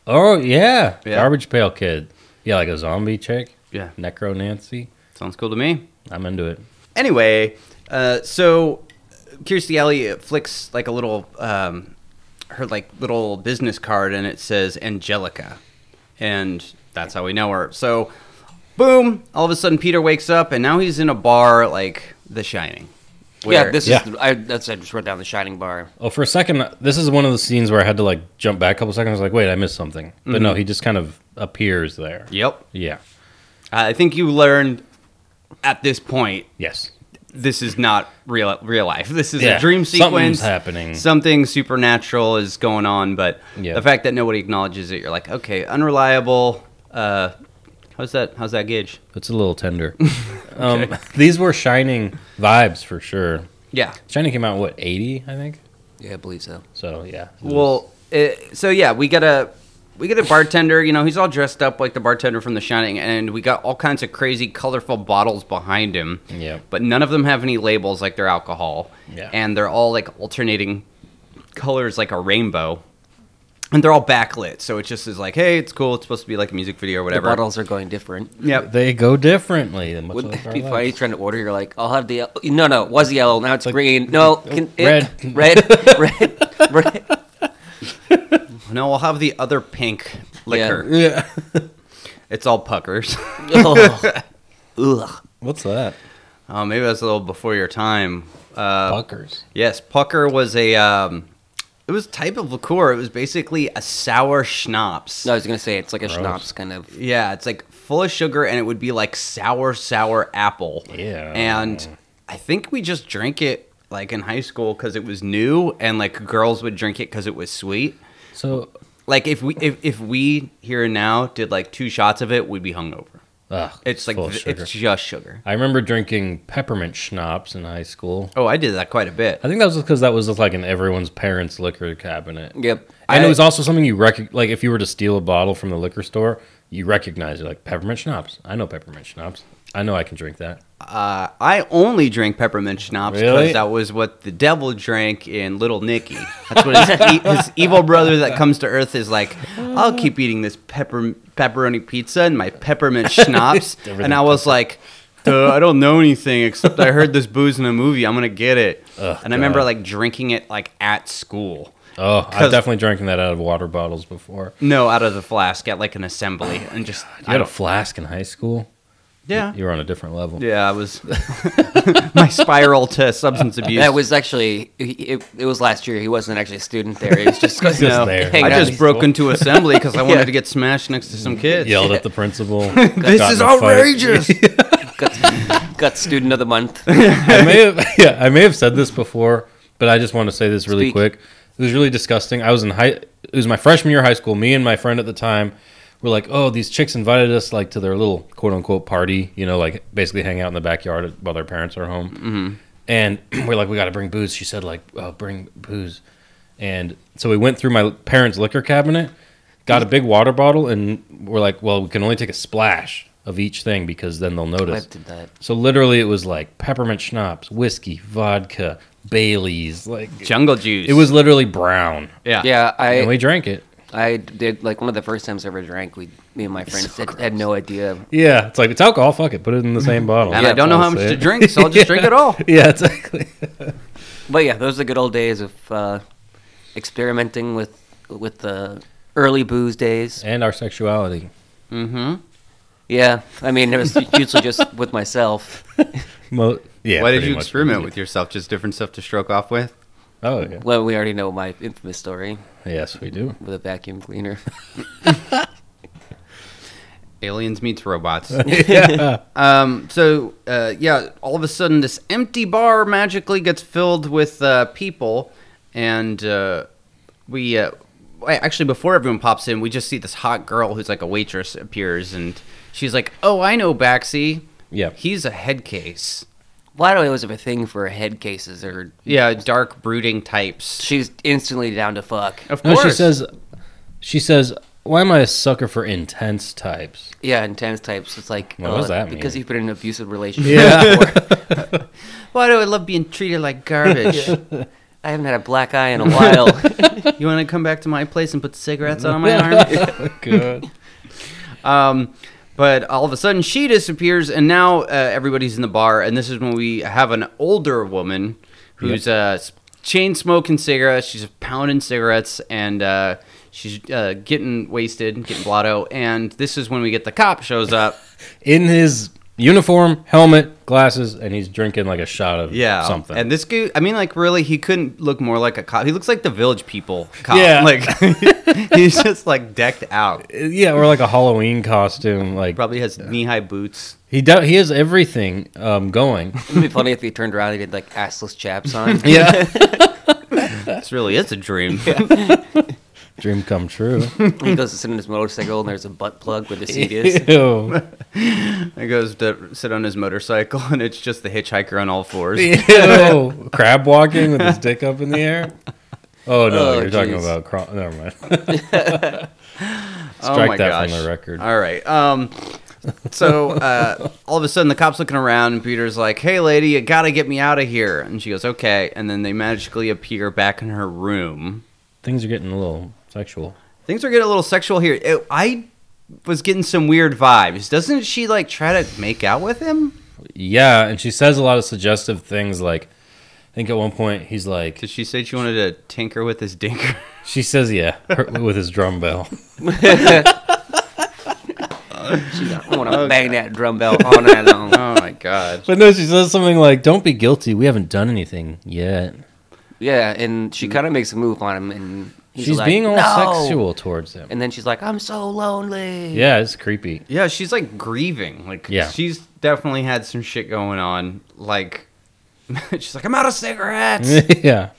S9: Oh yeah.
S1: Yeah.
S9: garbage pail kid. Yeah, like a zombie chick.
S1: Yeah.
S9: Necro Nancy.
S1: Sounds cool to me.
S9: I'm into it.
S1: Anyway, uh, so Kirstie Alley flicks like a little um, her like little business card, and it says Angelica, and that's how we know her. So, boom! All of a sudden, Peter wakes up, and now he's in a bar like The Shining.
S6: Yeah,
S1: where-
S6: this
S9: Yeah.
S6: is. I, that's I just wrote down the Shining Bar.
S9: Oh, for a second, this is one of the scenes where I had to like jump back a couple seconds. I was like, wait, I missed something. But
S1: Mm-hmm.
S9: no, he just kind of appears there.
S1: Yep.
S9: Yeah.
S1: Uh, I think you learned at this point
S9: Yes.
S1: this is not real real life. This is
S9: Yeah,
S1: a dream
S9: something's
S1: sequence
S9: happening.
S1: Something supernatural is going on, but
S9: Yeah.
S1: the fact that nobody acknowledges it, you're like, okay, unreliable. Uh, how's that? How's that gauge?
S9: It's a
S1: *laughs*
S9: little tender. um, *laughs* these were Shining vibes for sure.
S1: Yeah.
S9: Shining came out what eighty, I think.
S6: Yeah, I believe so.
S9: So yeah. it was-
S1: Well, it, so yeah, we got a we got a bartender. You know, he's all dressed up like the bartender from The Shining, and we got all kinds of crazy, colorful bottles behind him.
S9: Yep.
S1: But none of them have any labels like their alcohol.
S9: Yeah.
S1: And they're all like alternating colors, like a rainbow. And they're all backlit, so it just is like, hey, it's cool. It's supposed to be like a music video or
S6: The
S1: whatever.
S6: bottles are going different.
S1: Yep.
S9: they go differently. Much
S6: Wouldn't
S9: like
S6: that
S9: our
S6: be funny?
S9: lives.
S6: Trying to order, you're like, I'll have the yellow. no, no, it was yellow. Now it's green. No, can, it-
S9: uh, red. *laughs*
S6: red, red, red.
S1: No, we'll have the other pink liquor.
S9: *laughs* Yeah.
S1: It's all puckers. *laughs*
S6: Oh. Ugh.
S9: What's that?
S1: uh, maybe that's a little before your time. Uh,
S9: Buckers.
S1: Yes, pucker was a um, it was a type of liqueur. It was basically a sour schnapps.
S6: No, I was gonna say it's like a schnapps kind of.
S1: Yeah, it's like full of sugar and it would be like sour sour apple.
S9: Yeah.
S1: And I think we just drank it like in high school cuz it was new and like girls would drink it cuz it was sweet.
S9: So,
S1: Like if we if, if we here and now did like two shots of it, we'd be hungover.
S9: ugh,
S1: It's like
S9: full of
S1: th-
S9: sugar.
S1: it's just sugar.
S9: I remember drinking peppermint schnapps in high school.
S1: Oh, I did that quite a bit.
S9: I think that was because that was just like in everyone's parents' liquor cabinet.
S6: Yep.
S9: And
S1: I-
S9: it was also something you rec- like if you were to steal a bottle from the liquor store, you recognize it like peppermint schnapps. I know peppermint schnapps. I know I can drink that.
S1: I only drank peppermint schnapps because
S9: Really?
S1: that was what the devil drank in Little Nicky. That's what his, e- his evil brother that comes to Earth is like. I'll keep eating this pepper pepperoni pizza and my peppermint
S9: *laughs*
S1: schnapps, and I was like. "Uh, I don't know anything except I heard this booze in a movie. I'm gonna get it,
S9: Ugh,
S1: and I remember
S9: God.
S1: like drinking it like at school.
S9: Oh, I've
S1: 'Cause-
S9: definitely drinking that out of water bottles before.
S1: No, out of the flask at like an assembly, and just
S9: You had a flask in high school.
S1: yeah,
S9: You were on a different level.
S1: yeah. I was *laughs* my spiral to
S9: *laughs*
S1: substance abuse.
S6: That was actually it, it was last year. He wasn't actually a student there. He was just going
S9: just
S6: to
S9: there.
S6: hang
S1: I
S6: out.
S1: just broke into assembly because I wanted to get smashed next to some kids.
S9: Yelled
S1: *laughs*
S9: at the principal.
S1: This is outrageous.
S9: *laughs*
S6: got, got student of the month.
S9: I may have, *laughs* yeah, I may have said this before, but I just want to say this really
S6: Speak.
S9: quick. It was really disgusting. I was in high. It was my freshman year of high school. Me and my friend at the time were like, "Oh, these chicks invited us like to their little quote unquote party. You know, like basically hang out in the backyard while their parents are home." Mm-hmm. And *clears throat* we're like, "We got to bring booze." She said, "Like, oh, bring booze." And so we went through my parents' liquor cabinet, got a big water bottle, and we're like, "Well, we can only take a splash of each thing because then they'll
S6: I
S9: notice."
S6: did that.
S9: So literally, it was like peppermint schnapps, whiskey, vodka, Bailey's. Like
S1: Jungle juice.
S9: it was literally brown,
S1: yeah.
S6: Yeah, I
S9: and we drank it.
S6: I did like one of the first times I ever drank. We, me and my friends had, had no idea.
S9: Yeah, it's like it's alcohol. Fuck it, put it in the *laughs* same bottle.
S1: And I don't know how much to
S9: Honestly.
S1: drink, so I'll just drink
S9: *laughs*
S1: it all.
S9: Yeah, exactly.
S6: But yeah, those are the good old days of uh, experimenting with with the early booze days.
S9: And our sexuality.
S6: Yeah, I mean it was usually just *laughs* with myself.
S9: Mo- yeah.
S1: Why did
S9: pretty
S1: you
S9: much.
S1: experiment with yourself? Just different stuff to stroke off with?
S9: Oh yeah.
S6: Well, we already know my infamous story
S9: Yes,
S1: *laughs*
S9: we do.
S6: with a vacuum cleaner. *laughs*
S1: Aliens meets robots.
S9: *laughs*
S1: Um, so, uh, yeah, all of a sudden, this empty bar magically gets filled with uh, people, and uh, we uh, wait, actually, before everyone pops in, we just see this hot girl who's like a waitress appears, and she's like, "Oh, I know Baxi.
S9: Yeah.
S1: he's a head case.
S6: Why do I always have a thing for head cases? Or
S1: Yeah, dark brooding types.
S6: she's instantly down to fuck.
S1: Of
S9: No,
S1: course,
S9: she says. She says, "Why am I a sucker for intense types?"
S1: *laughs*
S6: Yeah, intense types. It's like oh,
S9: What does that
S6: because
S9: mean?
S6: you've been in an abusive relationship. Yeah.
S1: "Why do I love being treated like *laughs* garbage?
S6: I haven't had a black eye in a while.
S1: you want to come back to my place and put cigarettes on my
S9: *laughs*
S1: arm?"
S9: Good.
S1: Um, but all of a sudden, she disappears, and now uh, everybody's in the bar. And this is when we have an older woman who's uh, s- chain smoking cigarettes. She's pounding cigarettes, and uh, she's uh, getting wasted, getting blotto. And this is when we get the cop shows up.
S9: in his uniform, helmet, glasses, and he's drinking like a shot of
S1: Yeah,
S9: something.
S1: And this dude, I mean, like, really, he couldn't look more like a cop. He looks like the Village People cop. *laughs*
S9: Yeah. *laughs*
S1: like he's just like decked out.
S9: yeah, or like a Halloween costume. Like
S1: Probably has knee-high boots.
S9: he do- he has everything um, going.
S6: It'd be funny if he turned around and he did like assless chaps on.
S1: *laughs*
S9: Yeah,
S1: This really is a
S9: *laughs*
S1: dream.
S9: dream come true.
S6: he goes to sit on his motorcycle and there's a butt plug where the
S9: *laughs*
S6: seat *laughs* is.
S9: Ew.
S1: He goes to sit on his motorcycle, and it's just the hitchhiker on all fours.
S9: Ew. Crab walking with his dick up in the air. Oh no,
S6: Oh,
S9: you're talking
S6: jeez.
S9: about crawl. Never mind. *laughs* Strike that from the record.
S1: Oh All right. Um, so uh, all of a sudden, the cop's looking around, and Peter's like, "Hey, lady, you gotta get me out of here." And she goes, "Okay." And then they magically appear back in her room.
S9: Things are getting a little sexual.
S1: Things are getting a little sexual here. It- I was getting some weird vibes. Doesn't she like try to make out with him?
S9: Yeah, and she says a lot of suggestive things. Like, I think at one point he's like,
S1: Did she say she wanted to tinker with his dinker?
S9: she says, "Yeah," her, with his drum
S6: *laughs*
S9: bell.
S6: I want to bang that drum bell on and
S1: *laughs*
S6: on.
S1: *laughs* oh my god.
S9: But no, she says something like, "Don't be guilty. We haven't done anything yet."
S6: Yeah, and she kind of makes a move on him, and he's
S9: She's
S6: like,
S9: being all
S6: "No!"
S9: sexual towards him.
S6: And then she's like, "I'm so lonely."
S9: Yeah, it's creepy.
S1: Yeah, she's like grieving. Like
S9: Yeah.
S1: she's definitely had some shit going on. Like *laughs* she's like, I'm out of cigarettes.
S9: *laughs* yeah,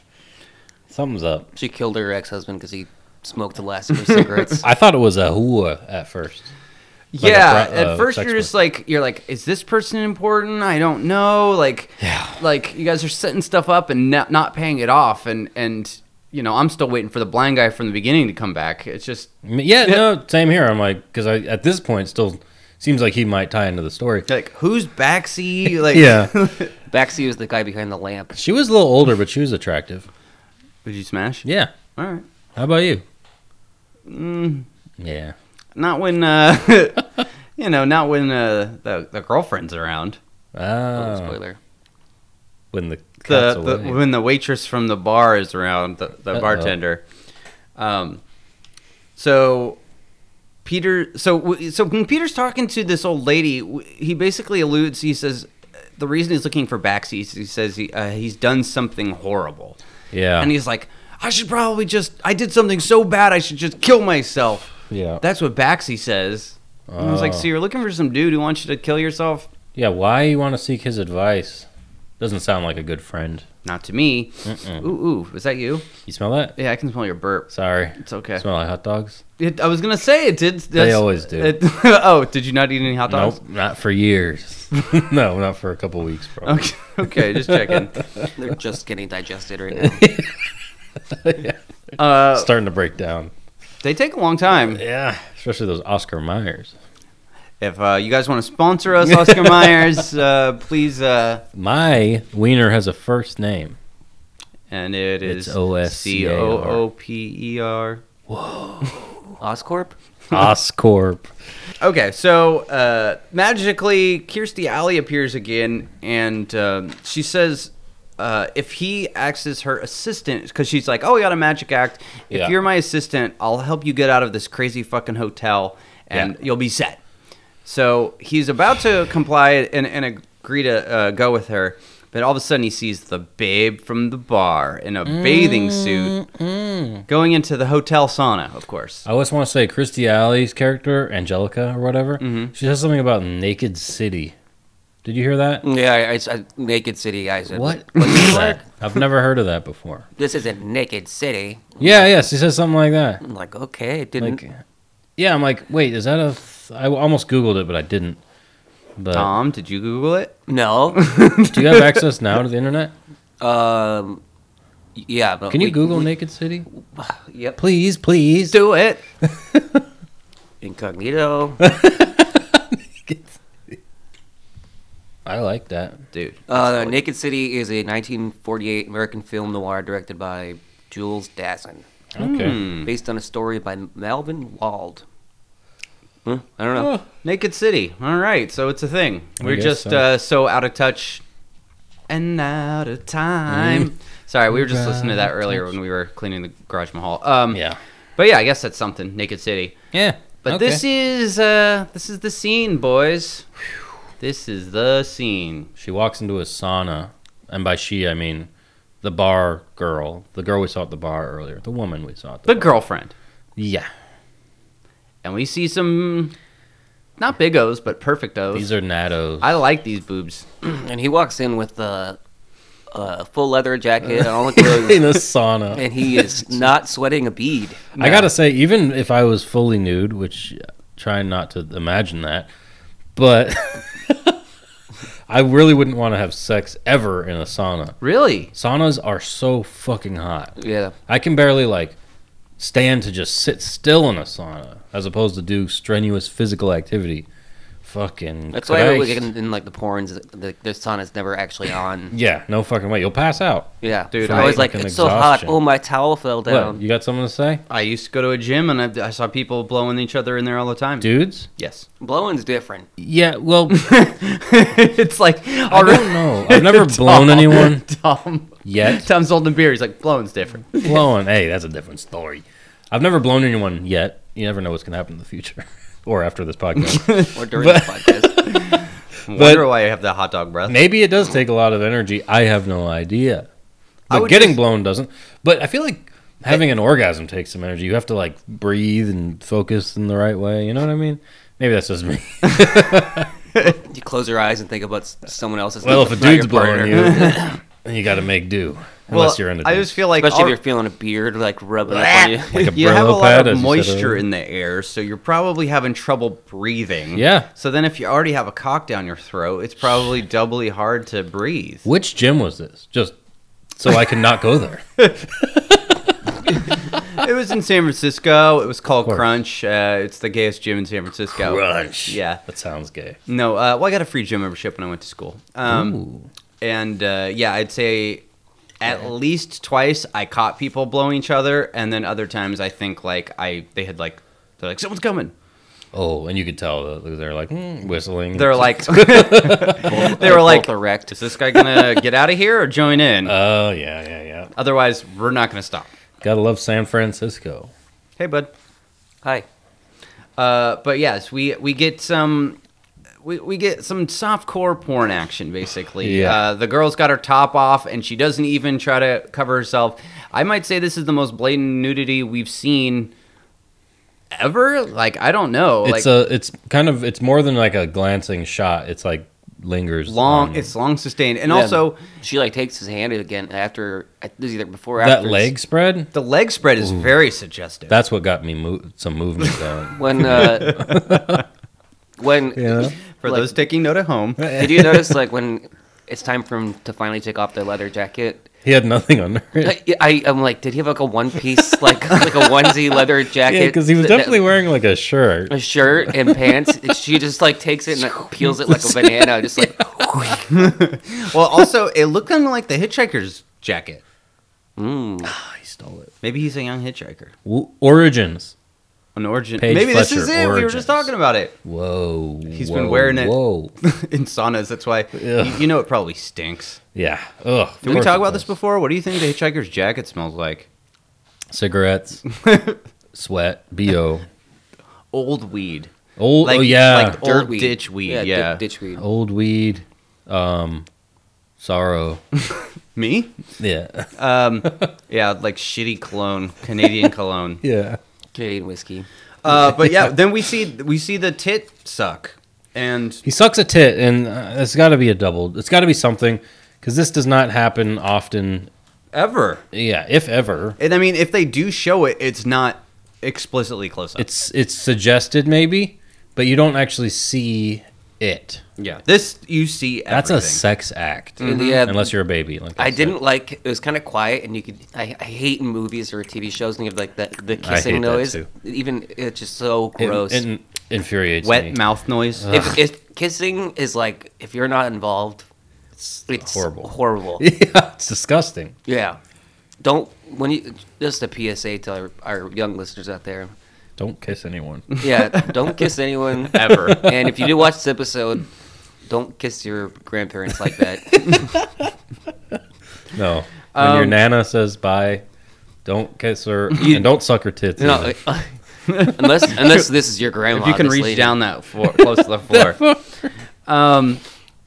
S9: something's up.
S6: She killed her ex-husband because he smoked the last of her
S9: *laughs*
S6: cigarettes.
S9: I thought it was a whore at first. a
S1: yeah.
S9: fra- uh,
S1: at first
S9: sex
S1: you're just like you're like, is this person important? I don't know. Like like you guys are setting stuff up and not, not paying it off and and you know, I'm still waiting for the blind guy from the beginning to come back. It's just
S9: M- Yeah, no, same here. I'm like, because I at this point still seems like he might tie into the story.
S1: like who's
S9: *laughs*
S1: backseat? Like
S9: Yeah,
S6: Baxi was the guy behind the lamp.
S9: she was a little older, but she was attractive.
S1: Did you smash?
S9: Yeah.
S1: All right.
S9: How about you? Mm. Yeah.
S1: Not when uh *laughs* you know, not when uh the, the girlfriend's around.
S9: Oh,
S6: Spoiler.
S9: when the cat's
S1: the, the
S9: away.
S1: when the waitress from the bar is around the, the
S9: Uh-oh.
S1: bartender. Um, so Peter, so w- so when Peter's talking to this old lady, w- he basically alludes. He says the reason he's looking for Baxi is he says he, uh, he's done something horrible,
S9: yeah,
S1: and he's like, I should probably just I did something so bad I should just kill myself.
S9: yeah,
S1: That's what Baxi says. And I was like,
S9: Oh.
S1: so you're looking for some dude who wants you to kill yourself?
S9: yeah. Why you want to seek his advice? Doesn't sound like a good friend.
S1: Not to me.
S9: Mm-mm.
S1: Ooh, ooh, is that you?
S9: You smell that?
S1: Yeah, I can smell your burp.
S9: Sorry,
S1: It's okay.
S9: smell like hot dogs.
S1: It, I was gonna say it did.
S9: They
S1: that's-
S9: always do.
S1: it- *laughs* oh, did you not eat any hot dogs?
S9: Nope, not for years. *laughs* no, not for a couple weeks, probably.
S1: Okay, *laughs* okay, just
S9: *laughs*
S1: checking.
S6: They're just getting digested right now. Oh.
S1: Uh,
S9: Starting to break down.
S1: they take a long time.
S9: Yeah, especially those Oscar Myers.
S1: If uh, you guys want to sponsor
S9: *laughs*
S1: us, Oscar Myers, uh, please. Uh,
S9: My wiener has a first
S6: *laughs*
S9: name.
S1: and it
S9: It's
S1: is C
S9: O-S-C-A-R.
S1: O O P E R.
S6: Oscorp.
S9: Oscorp.
S1: Okay, so uh, magically, Kirstie Alley appears again, and um, she says uh, if he acts as her assistant, because she's like, "Oh, you got a magic act. If
S9: Yeah.
S1: you're my assistant, I'll help you get out of this crazy fucking hotel, and
S9: Yeah.
S1: you'll be set." So he's about to comply and, and agree to uh, go with her, but all of a sudden he sees the babe from the bar in a bathing suit going into the hotel sauna. Of course,
S9: I always want to say Christy Alley's character, Angelica or whatever,
S6: Mm-hmm.
S9: she says something about Naked City. Did you hear that?
S6: Yeah, I, I- I- naked city. I said,
S9: What? *laughs*
S6: What
S9: is that? I've never heard of that before.
S6: This is a naked city.
S9: Yeah, yeah, she says something like that.
S6: I'm like, okay, it didn't.
S9: Like, yeah, I'm like, wait, is that a? Th- I almost googled it, but I didn't. But
S1: Tom, did you Google it?
S6: *laughs* no.
S9: do
S6: *laughs*
S9: you have access now to the internet?
S6: um. Yeah, but
S9: Can you
S6: we-
S9: Google Naked City?
S6: Yep.
S9: Please, please.
S1: Do it.
S6: *laughs* Incognito.
S9: I like that.
S1: dude.
S9: *laughs*
S6: Uh, Naked City is a 1948 American film noir directed by Jules Dassin,
S9: Okay.
S6: based on a story by Melvin Wald. Huh? Hmm? I don't know.
S9: Oh.
S1: Naked City. All right, so it's a thing.
S9: I
S1: We're
S9: guess
S1: just
S9: so.
S1: Uh, so out of touch and out of time.
S9: Mm-hmm.
S1: Sorry, we were just listening to that earlier when we were cleaning the garage mahal. Um,
S9: Yeah.
S1: but yeah, I guess that's something. Naked City.
S9: Yeah.
S1: But this is uh, this is the scene, boys. This is the scene.
S9: She walks into a sauna, and by she I mean the bar girl, the girl we saw at the bar earlier, the woman we saw at the,
S1: The girlfriend.
S9: yeah.
S1: And we see some not big O's, but perfect O's.
S9: These are nattos.
S1: I like these boobs.
S6: And he walks in with a, a full leather jacket
S9: *laughs*
S6: and all the
S9: *laughs* in
S6: clothes,
S9: a sauna.
S6: and he is not sweating a bead.
S9: I gotta say, even if I was fully nude, which uh, trying not to imagine that, but *laughs* I really wouldn't want to have sex ever in a sauna.
S1: Really?
S9: Saunas are so fucking hot.
S6: Yeah,
S9: I can barely like stand to just sit still in a sauna as opposed to do strenuous physical activity. Fucking
S6: that's why like,
S9: Christ.
S6: in, in like the porns, the, the sun is never
S9: *laughs*
S6: actually on.
S9: yeah, no fucking way. You'll pass out.
S6: Yeah,
S1: Dude,
S6: I was
S1: I-
S6: like,
S9: Fucking
S6: it's so hot.
S9: exhaustion.
S6: Oh, my towel fell
S9: What?
S6: down.
S9: You got something to say,
S1: I used to go to a gym and I, I saw people blowing each other in there all the time.
S9: dudes?
S1: Yes.
S6: Blowing's different.
S9: Yeah.
S6: *laughs*
S9: Well,
S1: *laughs* it's like,
S9: I don't know. I've
S6: *laughs*
S9: never blown
S1: *laughs*
S9: anyone
S1: Tom.
S9: yet.
S1: Tom's holding beer. He's like, blowing's different.
S9: blowing. Hey, that's a different story. I've never blown anyone yet. You never know what's going to happen in the future *laughs* or after this podcast. *laughs*
S6: Or during the podcast,
S1: Wonder why I have that hot dog breath.
S9: Maybe it does take a lot of energy. I have no idea.
S1: I
S9: But
S1: would
S9: getting
S1: just-
S9: blown doesn't. But I feel like having an orgasm takes some energy. You have to like breathe and focus in the right way. You know what I mean? Maybe
S1: *laughs*
S9: that's just me.
S6: you close your eyes and think about s- someone else's.
S9: Well, if a
S6: not your
S9: dude's blowing
S6: partner. *laughs*
S9: you,
S1: *laughs*
S9: then you got to make do. Unless you're into
S1: I
S9: dudes.
S1: just feel like
S6: especially if
S1: all-
S6: you're feeling a beard like rubbing up on you. *laughs*
S9: like a
S1: you have a
S9: Brillo
S1: lot of
S9: pad, as you said
S1: moisture
S9: earlier.
S1: in the air, so you're probably having trouble breathing.
S9: Yeah.
S1: So then, if you already have a cock down your throat, it's probably doubly hard to breathe.
S9: Which gym was this? Just so I could not go there.
S1: it was in San Francisco. It was called
S9: course.
S1: Crunch. Uh, it's the gayest gym in San Francisco.
S9: Crunch.
S1: *laughs* Yeah.
S9: That sounds gay.
S1: No, uh, well, I got a free gym membership when I went to school. Um,
S9: Ooh.
S1: And uh, yeah, I'd say at least twice I caught people blowing each other, and then other times I think like I they had like they're like someone's coming.
S9: Oh, and you could tell that they're like mm, whistling.
S1: They're *laughs* like they were like
S6: both erect.
S1: Is this guy gonna get out of here or join in?
S9: oh yeah, yeah, yeah.
S1: Otherwise, we're not gonna stop.
S9: Gotta love San Francisco.
S1: Hey, bud.
S6: Hi.
S1: Uh, but yes, we we get some we, we get some softcore porn action basically.
S9: Yeah.
S1: Uh, the girl's got her top off and she doesn't even try to cover herself. I might say this is the most blatant nudity we've seen ever. Like I don't know. like
S9: It's a, it's kind of, it's more than like a glancing shot. It's like lingers
S1: long
S9: on
S1: it's long sustained. And
S6: Yeah.
S1: also
S6: she like takes his hand again after it was either before or
S9: that
S6: after
S9: leg spread.
S1: the leg spread is very suggestive.
S9: That's what got me mo- some
S1: *laughs*
S9: movement going.
S6: when uh,
S9: *laughs*
S6: when
S9: yeah,
S1: For
S6: like-
S1: those taking note at home.
S6: did you notice like when it's time for him to finally take off their leather jacket?
S9: he had
S1: *laughs*
S9: nothing under it.
S6: I, I am like, did he have like a one piece like like a onesie leather jacket?
S9: *laughs* Yeah, because he was
S6: that-
S9: definitely wearing like a shirt.
S6: a shirt and pants. And she just like takes it and like, peels it like a banana, just
S9: *laughs*
S6: like
S1: well also it looked kinda like the hitchhiker's jacket.
S6: mm,
S9: He stole it.
S1: Maybe he's a young hitchhiker.
S9: W- Origins.
S1: An origin.
S9: Paige
S1: Maybe this
S9: Fletcher,
S1: is it. We were
S9: origins.
S1: just talking about it.
S9: Whoa.
S1: He's
S9: He's
S1: been wearing it. *laughs*
S9: Whoa.
S1: in saunas. That's why you,
S9: Ugh.
S1: you know it probably stinks.
S9: Yeah. Ugh. of
S1: Did we
S9: course
S1: talk
S9: it
S1: about
S9: does.
S1: this before? What do you think the hitchhiker's jacket smells like? *laughs*
S9: Cigarettes, sweat, bo.
S1: Old weed.
S9: Old.
S1: Like,
S9: oh yeah.
S1: like
S6: dirt
S1: old
S6: weed.
S1: ditch weed. Yeah,
S6: di- ditch weed.
S9: old weed um sorrow *laughs*
S1: me.
S9: yeah
S1: Yeah, like shitty cologne,
S9: *laughs*
S1: Canadian cologne.
S9: yeah
S6: Canadian whiskey.
S1: Uh, but yeah, then we see we see the tit suck, and
S9: he sucks a tit and uh, it's got to be a double it's got to be something because this does not happen often
S1: ever.
S9: yeah if ever
S1: And I mean, if they do show it, it's not explicitly close up.
S9: it's it's suggested maybe but you don't actually see it
S1: yeah, this you see.
S9: that's
S1: everything. Mm-hmm.
S9: a sex act
S6: Yeah.
S9: unless you're a baby like
S6: I
S9: said.
S6: didn't like it was kind of quiet, and you could. I, I hate in movies or TV shows when you have like the the kissing
S9: hate that
S6: noise.
S9: too.
S6: Even it's just so
S9: it,
S6: gross.
S9: it infuriates me
S1: wet mouth noise.
S6: if, if kissing is like if you're not involved, it's,
S9: horrible.
S6: Horrible.
S9: *laughs* yeah it's disgusting
S6: yeah. Don't when you just a PSA to our, our young listeners out there.
S9: don't kiss
S1: *laughs*
S9: anyone
S6: Yeah, don't
S9: *laughs*
S6: kiss anyone.
S1: Ever.
S6: And if you do watch this episode, don't kiss your grandparents like
S9: *laughs*
S6: that.
S9: no when
S1: Um,
S9: your nana says bye don't
S1: *laughs*
S9: kiss her and don't suck her tits
S6: no,
S9: either.
S6: uh, unless unless this is your grandma.
S1: if you can reach
S9: *laughs*
S6: obviously.
S1: down that floor, close to the floor. Um,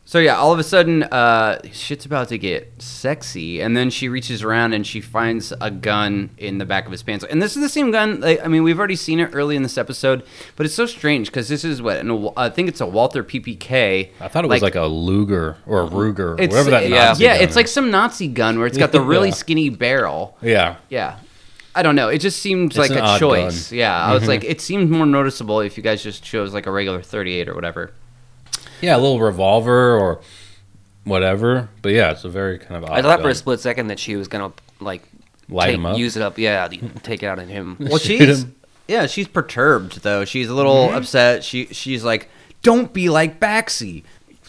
S1: so yeah, all of a sudden, uh, shit's about to get sexy, and then she reaches around and she finds a gun in the back of his pants. And this is the same gun. Like, I mean, we've already seen it early in this episode, but it's so strange because this is what an, I think it's a Walter PPK.
S9: I thought it was like, a Luger or a Ruger, or
S1: it's,
S9: whatever Uh, that
S1: yeah,
S9: Nazi
S1: yeah,
S9: gun
S1: it's like
S9: is.
S1: some Nazi gun where it's got the really
S9: *laughs* Yeah.
S1: skinny barrel.
S9: yeah.
S1: Yeah. I don't know. It just seemed like
S9: an
S1: a
S9: odd Mm-hmm.
S1: choice. Yeah. I was like, it seemed more noticeable if you guys just chose like a regular 38 or whatever.
S9: Yeah, a little revolver or whatever. But yeah, it's a very kind of odd
S6: I thought for
S9: gun.
S6: a split second that she was gonna like
S9: light
S6: take,
S9: him up.
S6: use it up. Yeah, take it out on him.
S1: Well,
S9: Shoot
S1: she's
S9: him. Mm-hmm.
S1: yeah, she's perturbed though. She's a little upset. She she's like, don't be like Baxi.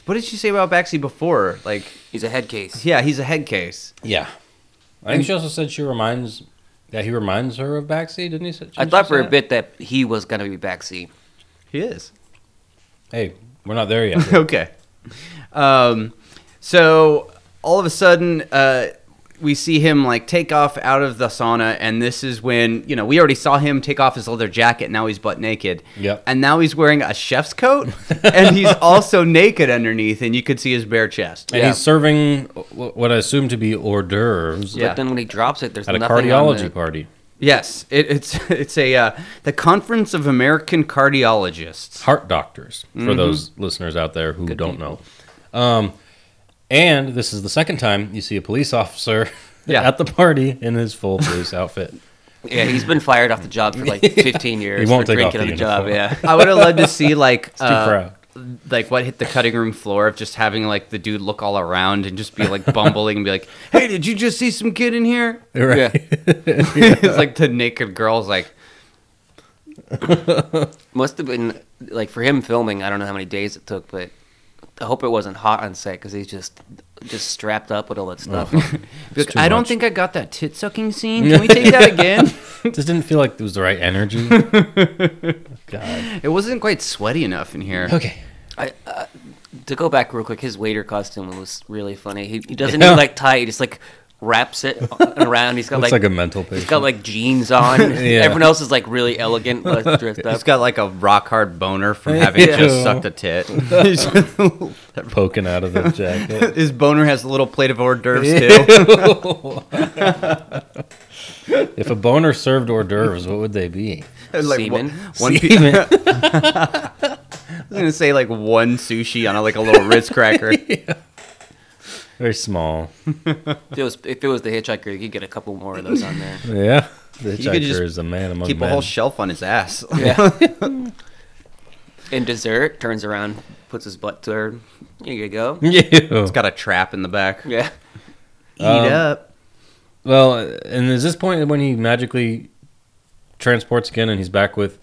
S1: What did she say about Baxi before? Like,
S6: He's a head case.
S1: yeah, he's a head case.
S9: yeah, I think she also said she reminds that he reminds her of Baxi, didn't he? say-
S6: I
S9: didn't
S6: thought
S9: she
S6: for
S9: say
S6: a
S9: that?
S6: bit that he was gonna be backseat.
S1: He is.
S9: Hey, we're not there
S6: *laughs*
S9: yet.
S1: okay. Um, so all of a sudden, uh, we see him like take off out of the sauna, and this is when you know we already saw him take off his leather jacket. Now he's butt naked.
S9: Yep.
S1: And now he's wearing a chef's
S9: *laughs*
S1: coat, and he's also naked underneath, and you could see his bare chest.
S9: And he's serving wh- what I assume to be hors d'oeuvres
S1: Yeah.
S6: But then when he drops it, there's
S9: at a
S6: nothing on
S9: cardiology
S6: the-
S9: party.
S1: Yes, it, it's *laughs* it's a uh, the Conference of American Cardiologists.
S9: Heart doctors, for
S6: Mm-hmm.
S9: those listeners out there who don't know. Um, and this is the second time you see a police officer
S1: Yeah.
S9: *laughs* at the party in his full police
S6: *laughs*
S9: outfit.
S6: Yeah, he's been fired off the job
S9: *laughs*
S6: for like 15 years.
S9: He won't
S6: for
S9: take off
S6: drinking
S9: the
S6: on the job.
S9: uniform.
S6: Yeah.
S1: I would have loved to
S9: *laughs*
S1: see like
S9: Too
S1: uh,
S9: proud.
S1: like what hit the cutting room floor of just having like the dude look all around and just be like bumbling and be
S9: *laughs*
S1: like, "Hey, did you just see some kid in here?" *laughs*
S9: Right.
S1: it's like the naked girl's like,
S6: Must have been like for him filming. I don't know how many days it took, but I hope it wasn't hot on set because he's just just strapped up with all that stuff.
S1: be like,
S9: too
S1: "I don't
S9: much.
S1: think I got that tit sucking
S9: *laughs*
S1: scene. Can we take that again?"
S9: Just didn't feel like it was the
S1: *laughs*
S9: right energy. God.
S1: It wasn't quite sweaty enough in here.
S9: Okay.
S6: I, uh, *laughs* to go back real quick, his waiter costume was really funny. He, he doesn't
S9: Yeah.
S6: even like tie; he just like wraps it *laughs* around. He's got
S9: Looks
S6: like,
S9: like, a
S1: *laughs*
S9: mental
S6: he's
S9: patient.
S6: got like jeans on.
S9: *laughs* Yeah.
S6: Everyone else is like really
S9: *laughs*
S6: elegant, but dressed
S1: He's
S6: up.
S1: got like a rock hard boner from having
S9: Yeah.
S1: just sucked a
S9: *laughs*
S1: tit. *laughs* He's just-
S9: poking out of the jacket.
S1: His boner has a little plate of hors d'oeuvres too.
S9: if a boner served hors d'oeuvres, what would they be?
S1: *laughs* like one,
S6: Semen.
S1: one pe- *laughs* I was gonna say like one sushi on a, like a little Ritz cracker.
S9: Very small.
S6: If it was if it was the hitchhiker, you could get a couple more of those on
S9: *laughs*
S6: there.
S9: Yeah. The
S1: You could just
S9: hitchhiker is a man among
S1: Keep
S9: men.
S1: a
S9: *laughs*
S1: whole shelf on his ass. *laughs*
S6: Yeah. and dessert turns around, puts his butt to her. Here you go.
S9: Ew.
S1: Got a trap in the back.
S6: Yeah.
S1: Eat
S9: Um,
S1: up.
S9: Well, and is this point when he magically transports again and he's back with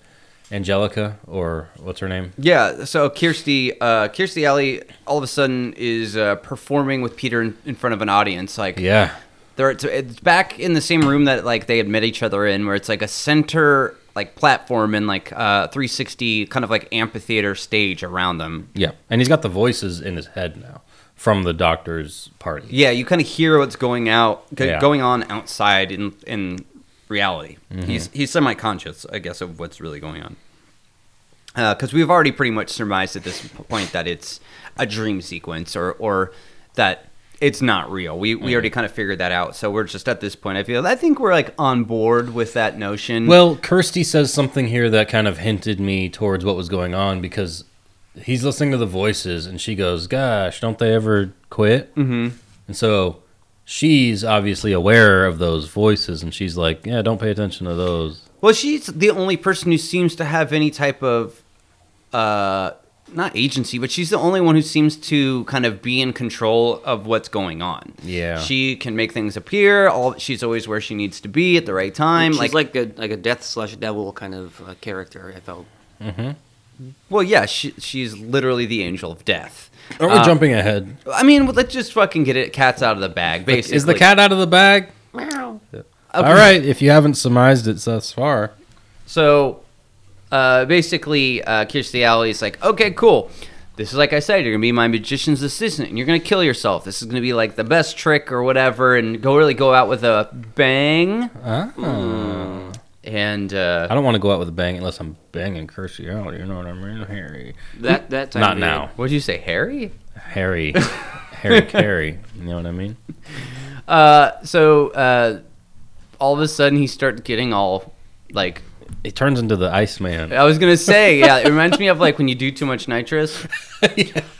S9: Angelica or what's her name?
S1: Yeah. So Kirsty, uh, Kirsty Alley, all of a sudden is uh, performing with Peter in, in front of an audience. Like,
S9: Yeah.
S1: They're, it's, it's back in the same room that like they had met each other in, where it's like a center like platform and like uh, 360 kind of like amphitheater stage around them.
S9: Yeah. And he's got the voices in his head now from the doctor's party.
S1: Yeah, you kind of hear what's going out go-
S9: Yeah.
S1: going on outside in in reality.
S9: Mm-hmm.
S1: He's he's semi conscious, I guess, of what's really going on. Because we've already pretty much surmised at this p- point that it's a dream sequence, or or that it's not real. We
S9: Mm-hmm.
S1: we already kind of figured that out. So we're just at this point. I feel I think we're like on board with that notion.
S9: Well, Kirsty says something here that kind of hinted me towards what was going on because he's listening to the voices and she goes, Gosh, don't they ever quit? Mm-hmm. And so she's obviously aware of those voices and she's like, Yeah, don't pay attention to those.
S1: Well, she's the only person who seems to have any type of, uh, not agency, but she's the only one who seems to kind of be in control of what's going on.
S9: Yeah.
S1: she can make things appear. All she's always where she needs to be at the right time.
S6: She's like, a like a death slash devil kind of uh, character. I felt.
S1: well, yeah, she, she's literally the angel of death.
S9: Are we jumping ahead?
S1: I mean, let's just fucking get it. Cat's out of the bag, basically.
S9: Is the cat out of the bag?
S1: Okay.
S9: All right, if you haven't surmised it thus far.
S1: So uh, basically, uh, Kirstie Alley is like, okay, cool. This is like I said, you're gonna be my magician's assistant, and you're gonna kill yourself. This is gonna be like the
S9: Hmm.
S1: best trick or whatever, and go really go out with a bang. and uh,
S9: Ah. I don't want to go out with a bang unless I'm banging Kirstie out. You know what I mean, Harry?
S6: That that time
S9: Not
S6: period.
S9: now,
S1: what did you say, Harry?
S9: Harry, *laughs* Harry Carey. You know what I mean?
S1: Uh, so uh, all of a sudden he starts getting all like
S9: It turns into the Iceman.
S1: I was gonna say, *laughs* yeah, it reminds me of like when you do too much
S6: *laughs*
S1: nitrous,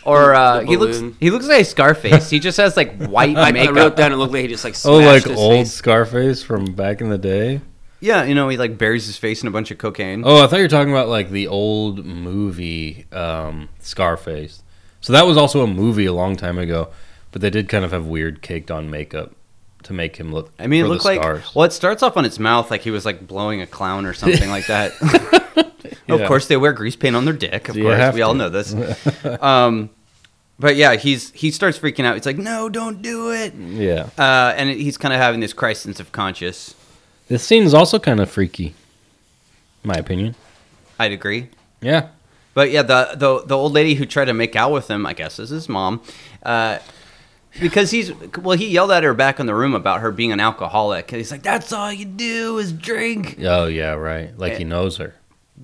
S1: or uh,
S6: The
S1: he looks
S6: balloon.
S1: he looks like a Scarface. He just has like white
S6: *laughs* I, I
S1: makeup.
S6: wrote down. It looked like he just like
S9: *laughs* Oh,
S6: smashed
S9: like
S6: his
S9: old
S6: face.
S9: Scarface from back in the day.
S1: Yeah, you know, he like buries his face in a bunch of cocaine.
S9: Oh, I thought you were talking about like the old movie um, Scarface. So that was also a movie a long time ago, but they did kind of have weird caked on makeup to make him look.
S1: I mean, it
S9: for the
S1: looked like
S9: scars.
S1: well, it starts off on its mouth like he was like blowing a clown or something like
S9: *laughs*
S1: that. Of
S9: Yeah.
S1: course, they wear grease paint on their dick. Of
S9: You
S1: course,
S9: have
S1: we all
S9: to.
S1: know
S9: *laughs*
S1: this. um, but yeah, he's he starts freaking out. He's like, "No, don't do it!"
S9: Yeah,
S1: Uh, and he's kind of having this crisis of conscience.
S9: this scene is also kind of freaky, in my opinion.
S1: I'd agree.
S9: Yeah,
S1: But yeah, the the the old lady who tried to make out with him, I guess, is his mom, uh, because he's well, he yelled at her back in the room about her being an alcoholic. And he's like, "That's all you do is drink."
S9: Oh yeah, right. Like
S1: Eh.
S9: he knows her.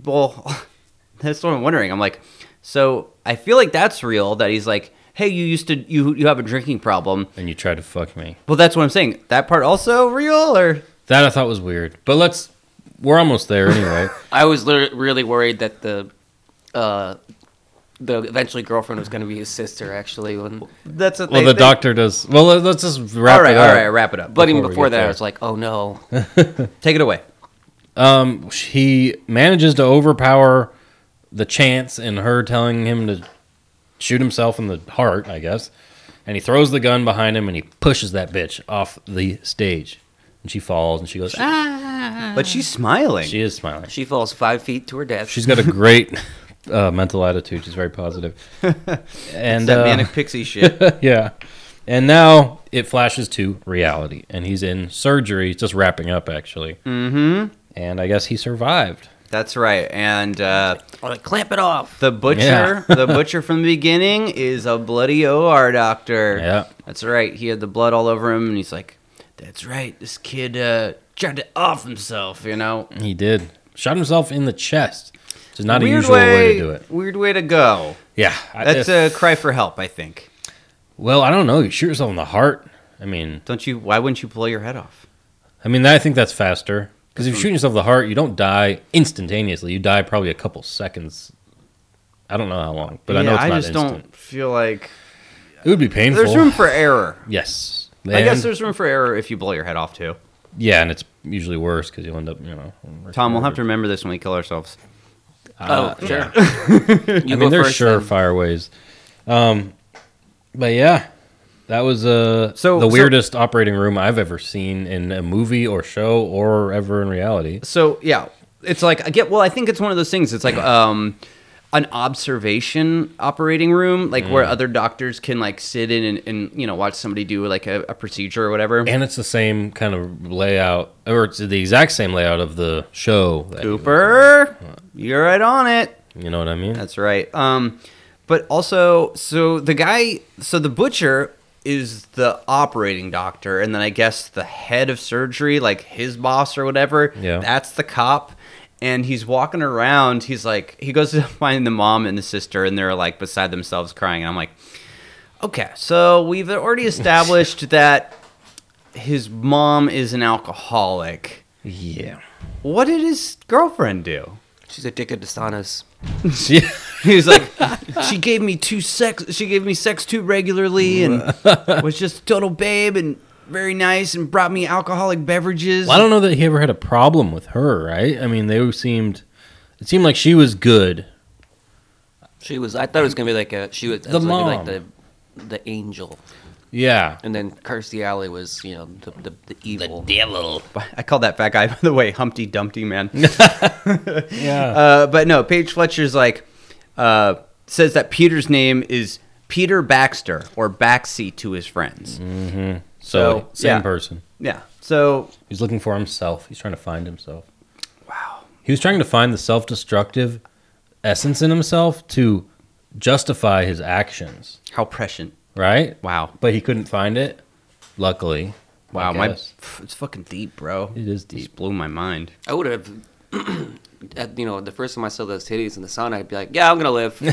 S1: Well, *laughs* that's what I'm wondering. I'm like, so I feel like that's real. That he's like, "Hey, you used to you you have a drinking problem."
S9: And you tried to fuck me.
S1: Well, that's what I'm saying. That part also real or
S9: That I thought was weird. But let's we're almost there
S1: *laughs*
S9: anyway.
S6: I was lit- really worried that the uh, the eventually girlfriend was going to be his sister actually. When,
S1: that's what
S9: well
S1: they
S9: the
S1: think.
S9: doctor does well let- let's just wrap
S1: All right,
S9: it
S1: all
S9: up.
S1: right, wrap it up.
S6: but even
S9: Before we
S6: before
S9: get
S6: that,
S9: there.
S6: I was like, oh no,
S1: Take it away.
S9: Um he manages to overpower the chance and her telling him to shoot himself in the heart, I guess. And he throws the gun behind him and he pushes that bitch off the stage. And she falls and she goes, ah.
S1: But she's smiling.
S9: She is smiling.
S6: she falls five feet to her death.
S9: She's got a great *laughs* uh, mental attitude. She's very positive. And
S1: It's that
S9: uh,
S1: manic pixie shit.
S9: *laughs* yeah. And now it flashes to reality, and he's in surgery. He's just wrapping up, actually. Mm-hmm. And I guess he survived.
S1: That's right. And uh,
S6: I'm like, clamp it off.
S1: the butcher,
S9: *laughs* Yeah.
S1: the butcher from the beginning, is a bloody OR doctor.
S9: Yeah.
S1: that's right. He had the blood all over him, and he's like, "That's right. This kid uh, tried to off himself." You know,
S9: He did. Shot himself in the chest, which is not a
S1: weird
S9: usual way. to do it.
S1: Weird way to go.
S9: Yeah. I-
S1: That's a
S9: if-
S1: cry for help, I think.
S9: well, I don't know. You shoot yourself in the heart. I mean,
S1: Don't you? Why wouldn't you blow your head off?
S9: I mean, I think that's faster. Because if you shoot yourself in the heart, you don't die instantaneously. You die probably a couple seconds. I don't know how long, but I know it's
S1: I
S9: not
S1: just
S9: instant.
S1: don't feel like
S9: It would be painful.
S1: there's room for error.
S9: Yes.
S1: I guess
S9: And-
S1: there's room for error if you blow your head off too.
S9: Yeah, and it's usually worse because you'll end up, you know.
S1: Tom, we'll have to remember this when we kill ourselves.
S6: oh, sure. *laughs* you
S9: uh, I mean, there's
S6: first, then.
S9: surefire ways. Um, but yeah, that was uh,
S1: So-
S9: the
S1: so-
S9: weirdest operating room I've ever seen in a movie or show or ever in reality.
S1: so yeah it's like i get well i think it's one of those things it's like um an observation operating room like where other doctors can like sit in and, and you know watch somebody do like a, a procedure or whatever
S9: And it's the same kind of layout, or it's the exact same layout of the show. that-
S1: cooper you're right on it
S9: You know what I mean? *laughs*
S1: that's right um but also so the guy so the butcher is the operating doctor and then i guess the head of surgery like his boss or whatever
S9: Yeah.
S1: that's the cop and he's walking around he's like he goes to *laughs* find the mom and the sister and they're like beside themselves crying and i'm like okay so we've
S9: *laughs*
S1: already established that his mom is an alcoholic
S9: yeah.
S1: what did his girlfriend
S9: *laughs*
S1: do *laughs*
S6: She's addicted to saunas.
S1: He was *laughs* like, she gave me two sex. She gave me sex too regularly, and
S9: *laughs*
S1: was just total babe and very nice, and brought me alcoholic beverages.
S9: Well, I don't know that he ever had a problem with her, right? I mean, they seemed. It seemed like she was good.
S6: She was. I thought it was gonna be like a. She was. it
S9: The
S6: was gonna be Like
S9: mom.
S6: the, the angel,
S9: Yeah.
S6: and then Kirstie Alley was, you know, the the, the evil.
S9: Devil.
S1: I called that fat guy, *laughs* by the way, Humpty Dumpty
S9: *laughs*
S1: man.
S9: Yeah.
S1: Uh, but no, Paige Fletcher's like uh, says that Peter's name is Peter Baxter or Baxi to his friends.
S9: so,
S1: so,
S9: same
S1: Uh, yeah.
S9: person.
S1: Yeah. So
S9: He's looking for himself. He's trying to find himself. Wow. He was trying to find the self destructive essence in himself to justify his actions,
S1: how prescient?
S9: right?
S1: Wow.
S9: But he couldn't find it, luckily.
S1: Wow,
S9: I
S1: my
S9: guess.
S1: pff, it's fucking deep, bro.
S9: It is
S1: Just
S9: deep.
S1: blew my mind.
S6: I would have, *clears throat* at, you know, the first time I saw those titties in the sauna, I'd be like, yeah, I'm gonna live.
S1: Well,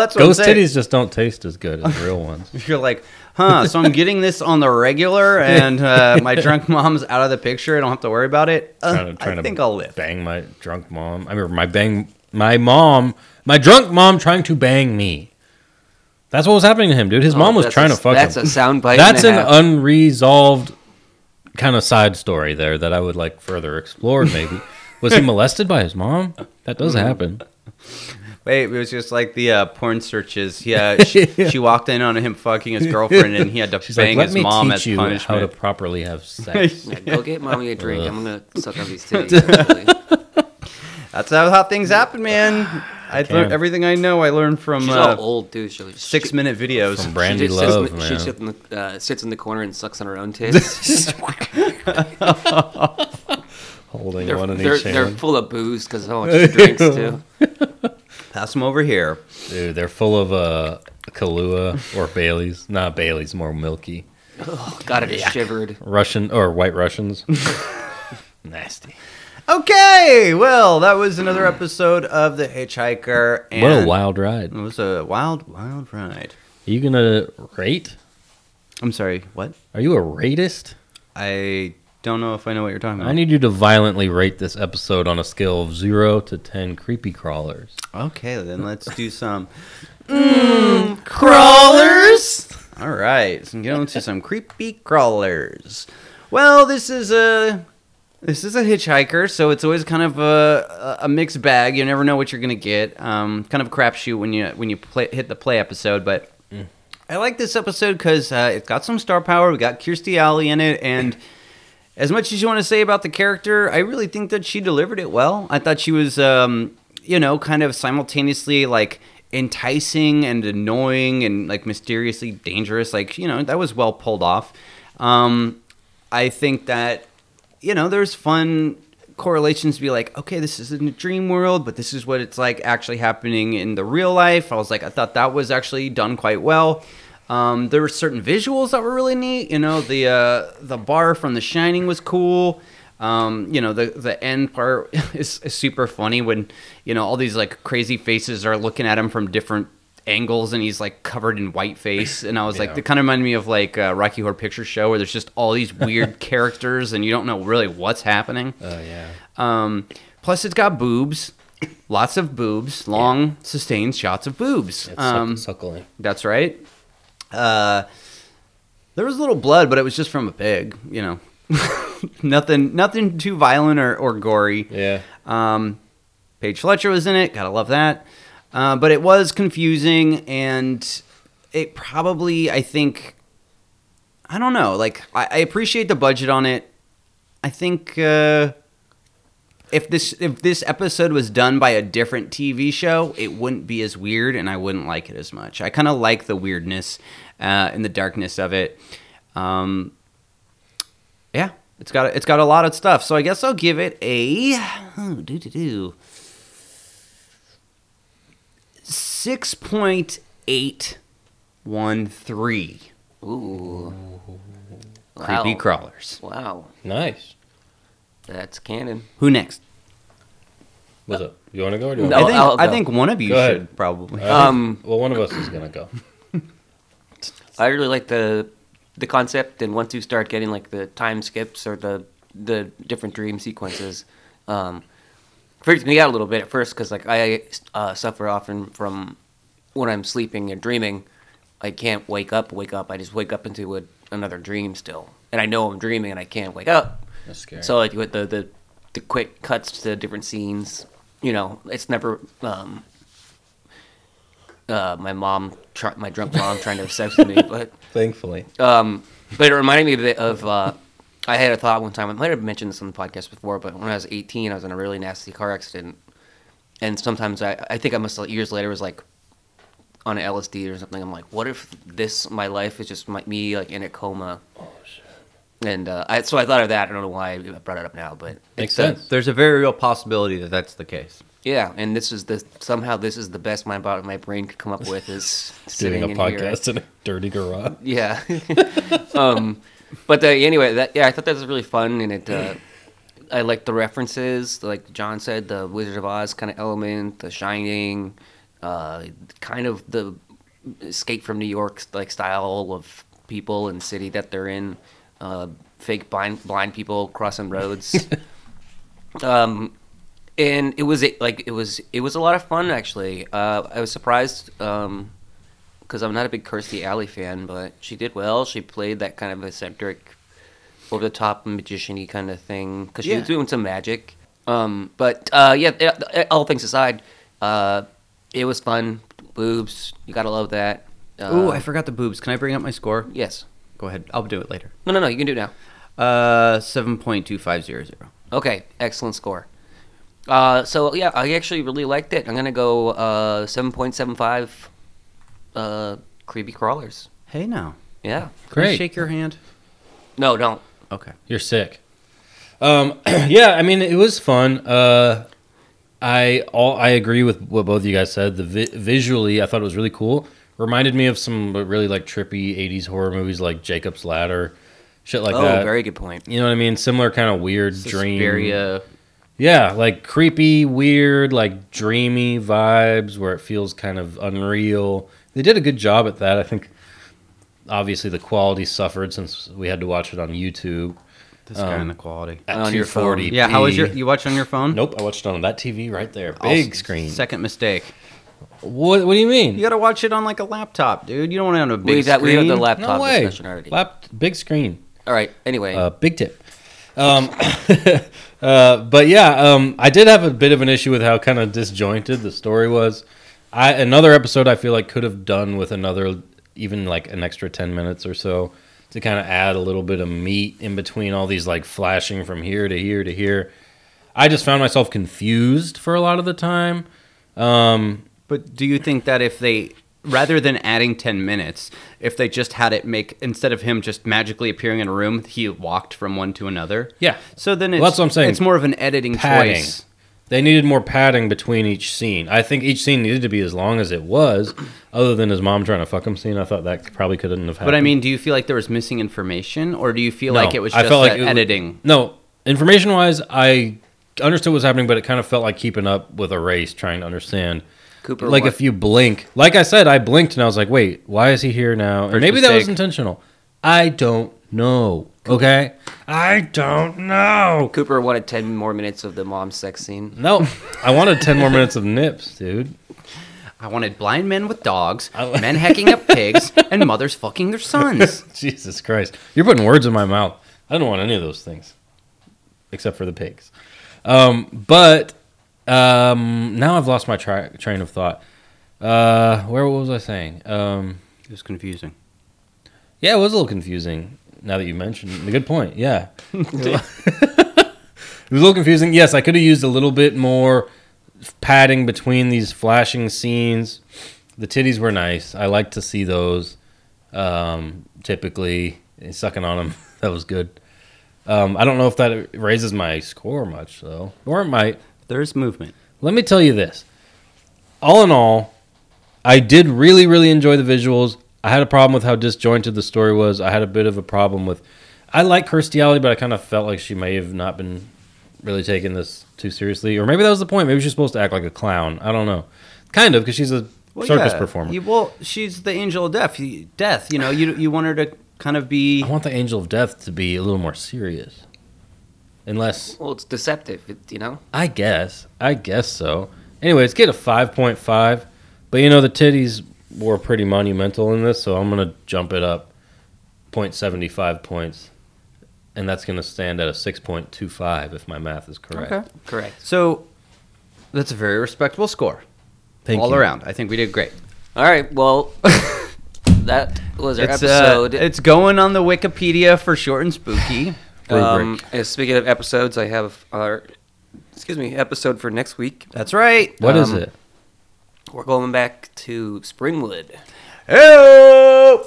S1: that's what
S9: Ghost
S1: I'm saying.
S9: titties just don't taste as good as
S1: *laughs*
S9: real ones.
S1: You're like, huh? So I'm getting this on the
S9: *laughs*
S1: regular, and uh, my drunk mom's out of the picture. I don't have to worry about it. Uh,
S9: Trying to- trying
S1: I
S9: to
S1: think I'll live.
S9: Bang my drunk mom. I remember my bang my mom, my drunk mom trying to bang me. That's what was happening to him,
S1: Oh,
S9: dude. His *laughs* mom was
S6: Oh, that's
S9: trying
S6: a-
S9: to fuck
S6: that's
S9: him.
S6: a sound bite
S9: That's
S6: and
S9: an
S6: a half.
S9: unresolved kind of side story there that I would like further explored.
S6: *laughs*
S9: Maybe was he molested by his mom? That does
S6: Mm-hmm.
S9: happen.
S1: Wait, it was just like the uh, porn searches.
S9: *laughs*
S1: Yeah, she, she walked in on him fucking his girlfriend, and he had to
S9: She's
S1: bang
S9: like,
S1: his
S9: let me
S1: mom as
S9: teach you how to
S1: punishment.
S9: properly
S6: *laughs*
S9: have sex.
S6: *laughs* Yeah, go get mommy a drink. I'm
S9: *laughs*
S6: gonna suck on these titties. actually.
S1: That's how, how things happen,
S9: *sighs*
S1: man. I
S9: can.
S1: learned everything I know. I learned from
S6: She's
S1: uh,
S6: all old too. She was
S1: six minute videos.
S9: From
S6: She
S9: Brandy
S6: just sits in
S9: Love,
S6: the-
S9: man.
S6: She sits in the, uh, sits in the corner and sucks on her
S9: *laughs*
S6: own tits.
S9: holding
S6: they're,
S9: one in
S6: they're,
S9: each
S6: they're
S9: hand.
S6: full of booze because how much she
S9: *laughs*
S6: drinks too.
S1: Pass them over here.
S9: Dude, they're full of uh,
S6: *laughs*
S9: Kahlua or Bailey's. Not Bailey's, more milky.
S6: Got it shivered.
S9: Russian or white
S6: *laughs*
S9: Russians. Nasty.
S1: Okay, well, that was
S9: *sighs*
S1: another episode of The Hitchhiker. And
S9: What a wild ride.
S1: It was a wild, wild ride.
S9: Are you gonna rate?
S1: I'm sorry, what?
S9: Are you a ratist?
S1: I don't know if I know what you're talking about.
S9: I need you to violently rate this episode on a scale of zero to ten creepy crawlers.
S1: okay, then let's do some. crawlers! All right, so I'm going to some creepy crawlers. Well, this is a. This is a hitchhiker, so it's always kind of a, a mixed bag. You never know what you're gonna get. Um, kind of a crapshoot when you when you play, hit the play episode, but
S9: Mm.
S1: I like this episode because uh, it's got some star power. We got Kirstie Alley in it, and as much as you want to say about the character, I really think that she delivered it well. I thought she was, um, you know, kind of simultaneously like enticing and annoying and like mysteriously dangerous. Like, you know, that was well pulled off. Um, I think that, you know, there's fun correlations to be like, okay, this is in a dream world, but this is what it's like actually happening in the real life. I was like, I thought that was actually done quite well. Um, there were certain visuals that were really neat. You know, the uh, the bar from The Shining was cool. Um, you know, the the end part *laughs* is, is super funny when you know all these like crazy faces are looking at him from different angles, and he's like covered in white face. And I was like,
S9: Yeah.
S1: that kind of reminded me of like uh, Rocky Horror Picture Show, where there's just all these weird characters, and you don't know really what's happening.
S9: Oh yeah.
S1: Um, plus, it's got boobs, lots of boobs, long sustained shots of boobs.
S9: It's
S1: um,
S9: suckling.
S1: that's right. Uh, there was a little blood, but it was just from a pig. You know, *laughs* nothing, nothing too violent or, or gory.
S9: Yeah.
S1: Um, Paige Fletcher was in it. Gotta love that. Uh, but it was confusing, and it probably, I think, I don't know. Like, I, I appreciate the budget on it. I think uh, if this if this episode was done by a different TV show, it wouldn't be as weird, and I wouldn't like it as much. I kind of like the weirdness uh, and the darkness of it. Um, yeah, it's got it's got a lot of stuff. So I guess I'll give it a oh, do do do six point eight one three
S6: Ooh. Wow.
S1: creepy crawlers.
S6: Wow.
S9: Nice.
S6: That's canon.
S1: Who next?
S9: What's up? You want to go or do you
S6: No.
S9: want
S1: I think
S6: I'll
S1: I
S6: go.
S1: think one of you
S9: Go ahead. Uh,
S1: should probably.
S9: to?
S6: Um,
S9: well, one of us is gonna go.
S6: I really like the the concept, and once you start getting like the time skips or the the different dream sequences, um, freaks me out a little bit at first because like I uh, suffer often from when I'm sleeping and dreaming, I can't wake up. Wake up! I just wake up into a, another dream still, and I know I'm dreaming, and I can't wake up.
S9: That's scary.
S6: So like with the, the the quick cuts to the different scenes, you know, it's never um, uh, my mom, try, my drunk mom, trying to have sex with me. *laughs* But
S9: Thankfully.
S6: but it reminded me a bit of uh, I had a thought one time. I might have mentioned this on the podcast before, but when I was 18, I was in a really nasty car accident, and sometimes I I think I must have, years later was like on LSD or something. I'm like, what if this my life is just my, me like in a coma. And uh, I, so I thought of that. I don't know why I brought it up now, but
S9: Makes
S6: it's, uh,
S9: sense.
S1: There's a very real possibility that that's the case.
S6: Yeah, and this is the somehow this is the best my body, my brain could come up with is
S9: *laughs*
S6: sitting
S9: doing a
S6: in here.
S9: podcast in a dirty garage.
S6: Yeah. um, but uh, anyway, that yeah, I thought that was really fun, and it uh, I liked the references, like John said, the Wizard of Oz kind of element, The Shining, uh, kind of the escape from New York like style of people and city that they're in, uh, fake blind blind people crossing roads. um, and it was like it was it was a lot of fun actually. Uh, I was surprised. Um, because I'm not a big Kirstie Alley fan, but she did well. She played that kind of eccentric, over the top magician-y kind of thing because she was doing some magic. Um, but uh, yeah, it- it- all things aside, uh, it was fun. Boobs, you gotta love that. Uh,
S1: Ooh, I forgot the boobs. Can I bring up my score?
S6: yes.
S1: Go ahead. I'll do it later.
S6: No, no, no. You can do it now.
S1: Uh, seven point two five zero zero.
S6: Okay, excellent score. Uh, so yeah, I actually really liked it. I'm gonna go uh, 7.75. Uh, creepy crawlers.
S1: Hey now,
S6: Yeah.
S1: Can I
S9: Great.
S1: shake your hand.
S6: No, don't.
S1: Okay.
S9: You're sick. Um, *clears throat* yeah, I mean, it was fun. Uh, I all I agree with what both of you guys said. The vi- visually, I thought it was really cool. Reminded me of some uh, really like trippy '80s horror movies, like Jacob's Ladder, shit like
S6: oh,
S9: that.
S6: very good point.
S9: you know what I mean? Similar kind of weird dream.
S1: Suspiria.
S9: Yeah, like creepy, weird, like dreamy vibes where it feels kind of unreal. They did a good job at that. I think obviously the quality suffered since we had to watch it on YouTube
S1: This guy
S9: Um,
S1: in the quality.
S9: at
S6: On your phone.
S9: 240p.
S1: Yeah. How was your? You watch on your phone?
S9: Nope, I watched it on that TV right there.
S1: I'll-
S9: Big screen.
S1: Second mistake.
S9: what what do you mean?
S1: You gotta watch it on like a laptop, dude. You don't want it on a big
S6: We got we
S1: screen.
S6: have the laptop
S9: no way.
S6: discussion already.
S9: Lap, big screen.
S6: All right. Anyway,
S9: Uh, big tip. Um, *coughs* uh, but yeah, um, I did have a bit of an issue with how kind of disjointed the story was. I another episode I feel like could have done with another even like an extra ten minutes or so to kind of add a little bit of meat in between all these like flashing from here to here to here. I just found myself confused for a lot of the time.
S1: But do you think that if they, rather than adding 10 minutes, if they just had it make, instead of him just magically appearing in a room, he walked from one to another?
S9: Yeah.
S1: So then it's,
S9: Well, that's what I'm saying.
S1: it's more of an editing
S9: Padding.
S1: choice.
S9: They needed more padding between each scene. I think each scene needed to be as long as it was, other than his mom trying to fuck him scene. I thought that probably couldn't have happened.
S1: But I mean, do you feel like there was missing information or do you feel like
S9: No,
S1: it was
S9: I
S1: just
S9: felt like
S1: that
S9: it was-
S1: editing?
S9: No, information wise, I understood what was happening, but it kind of felt like keeping up with a race trying to understand.
S6: Cooper,
S9: like
S6: what-
S9: if you blink, like I said, I blinked and I was like, wait, why is he here now? And
S1: First
S9: maybe that was
S1: mistake.
S9: intentional. I don't know. Okay? I don't know.
S6: Cooper wanted ten more minutes of the mom sex scene.
S9: No, I wanted 10 more minutes of nips, dude.
S1: I wanted blind men with dogs,
S9: I-
S1: men hacking up pigs, and mothers fucking their
S9: *laughs*
S1: sons.
S9: Jesus Christ. You're putting words in my mouth. I don't want any of those things except for the pigs. Um, but um, now I've lost my tra- train of thought. Uh, where what was I saying? Um,
S1: It was confusing.
S9: yeah, it was a little confusing now that you mentioned a good point. Yeah. it *laughs* was a little confusing. Yes, I could have used a little bit more padding between these flashing scenes. The titties were nice. I like to see those. Um, typically, and sucking on them *laughs* that was good. Um, I don't know if that raises my score much though, or it might.
S1: There's movement.
S9: Let me tell you this. All in all, I did really, really enjoy the visuals. I had a problem with how disjointed the story was. I had a bit of a problem with. I like Kirstie Alley, but I kind of felt like she may have not been really taking this too seriously, or maybe that was the point. Maybe she's supposed to act like a clown. I don't know. Kind of, because she's a
S1: Well,
S9: circus
S1: yeah.
S9: performer.
S1: You- well, she's the angel of death. You- Death, you know, you, you want her to kind of be.
S9: I want the Angel of Death to be a little more serious. Unless
S6: Well, it's deceptive, it, you know.
S9: I guess. I guess so. Anyways, get a 5.5. But you know, the titties were pretty monumental in this, so I'm going to jump it up 0.75 points. And that's going to stand at a 6.25 if my math is correct.
S1: Okay.
S6: Correct.
S1: So that's a very respectable score
S9: Thank
S1: all
S9: you.
S1: around. I think we did great.
S6: All right. Well, *laughs* that was our
S1: It's, uh,
S6: episode.
S1: it's going on the Wikipedia for short and spooky.
S6: um, and speaking of episodes, I have our excuse me episode for next week.
S1: That's right.
S9: What is
S6: Um,
S9: it?
S6: We're going back to Springwood.
S1: Hello!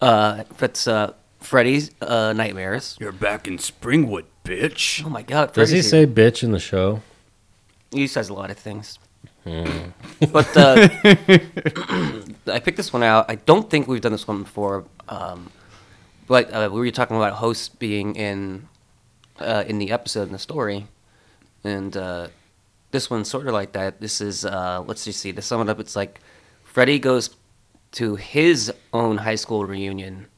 S6: Uh, that's uh, Freddy's uh, nightmares.
S1: You're back in Springwood, bitch.
S6: Oh my God!
S9: Does he
S6: Freddy's here.
S9: say bitch in the show?
S6: He says a lot of things.
S1: *laughs*
S6: but uh, I picked this one out. I don't think we've done this one before. Um, but uh, we were talking about hosts being in uh, in the episode in the story, and uh, this one's sort of like that. This is uh, let's just see. To sum it up, it's like Freddie goes to his own high school reunion,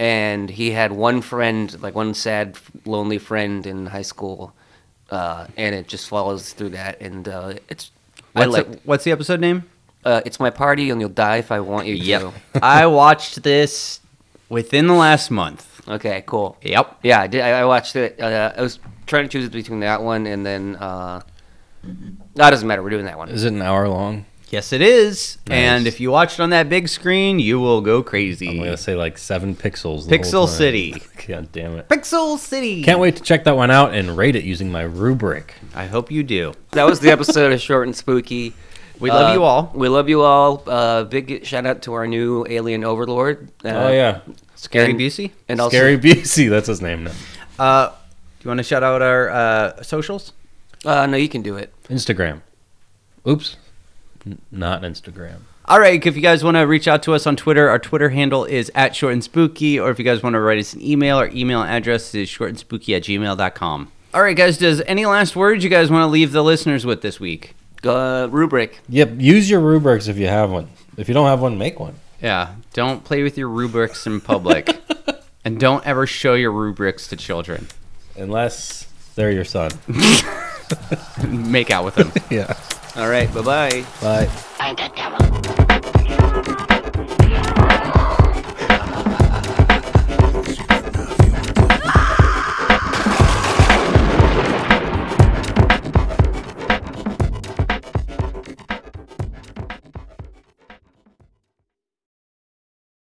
S6: and he had one friend, like one sad, lonely friend in high school, uh, and it just follows through that. And uh, it's I
S1: What's,
S6: like
S1: it- what's the episode name?
S6: uh, it's my party, and you'll die if I want you
S1: *laughs*
S6: to.
S1: I watched this within the last month.
S6: Okay, cool.
S1: Yep.
S6: Yeah, I did. I I watched it. Uh, I was trying to choose between that one and then uh, that doesn't matter. We're doing that one.
S9: Is it an hour long?
S1: Yes, it is.
S9: Nice.
S1: And if you watch it on that big screen, you will go crazy.
S9: I'm gonna say like seven pixels. the
S1: Pixel
S9: whole time.
S1: City.
S9: *laughs* God damn it!
S1: Pixel City.
S9: Can't wait to check that one out and rate it using my rubric.
S1: I hope you do.
S6: That was the episode of Short and Spooky.
S1: We love
S6: Uh,
S1: you all.
S6: We love you all. Uh, big shout out to our new alien overlord. Uh,
S9: oh yeah,
S1: Scary
S6: and-
S1: Busey.
S6: and also
S9: Scary Busey. That's his name now.
S1: Uh, do you want to shout out our uh, socials?
S6: Uh, no, you can do it.
S9: Instagram. Oops, N- not Instagram.
S1: All right, if you guys want to reach out to us on Twitter, our Twitter handle is at short and spooky, or if you guys want to write us an email, our email address is shortandspooky at gmail.com. All right, guys, does any last words you guys want to leave the listeners with this week?
S6: Uh, rubric.
S9: Yep. Use your rubrics if you have one. If you don't have one, make one.
S1: Yeah, don't play with your rubrics in *laughs* public, and don't ever show your rubrics to children.
S9: Unless they're your son.
S1: Make out with them.
S9: yeah.
S6: All right. Bye bye.
S9: Bye.
S3: I'm the devil.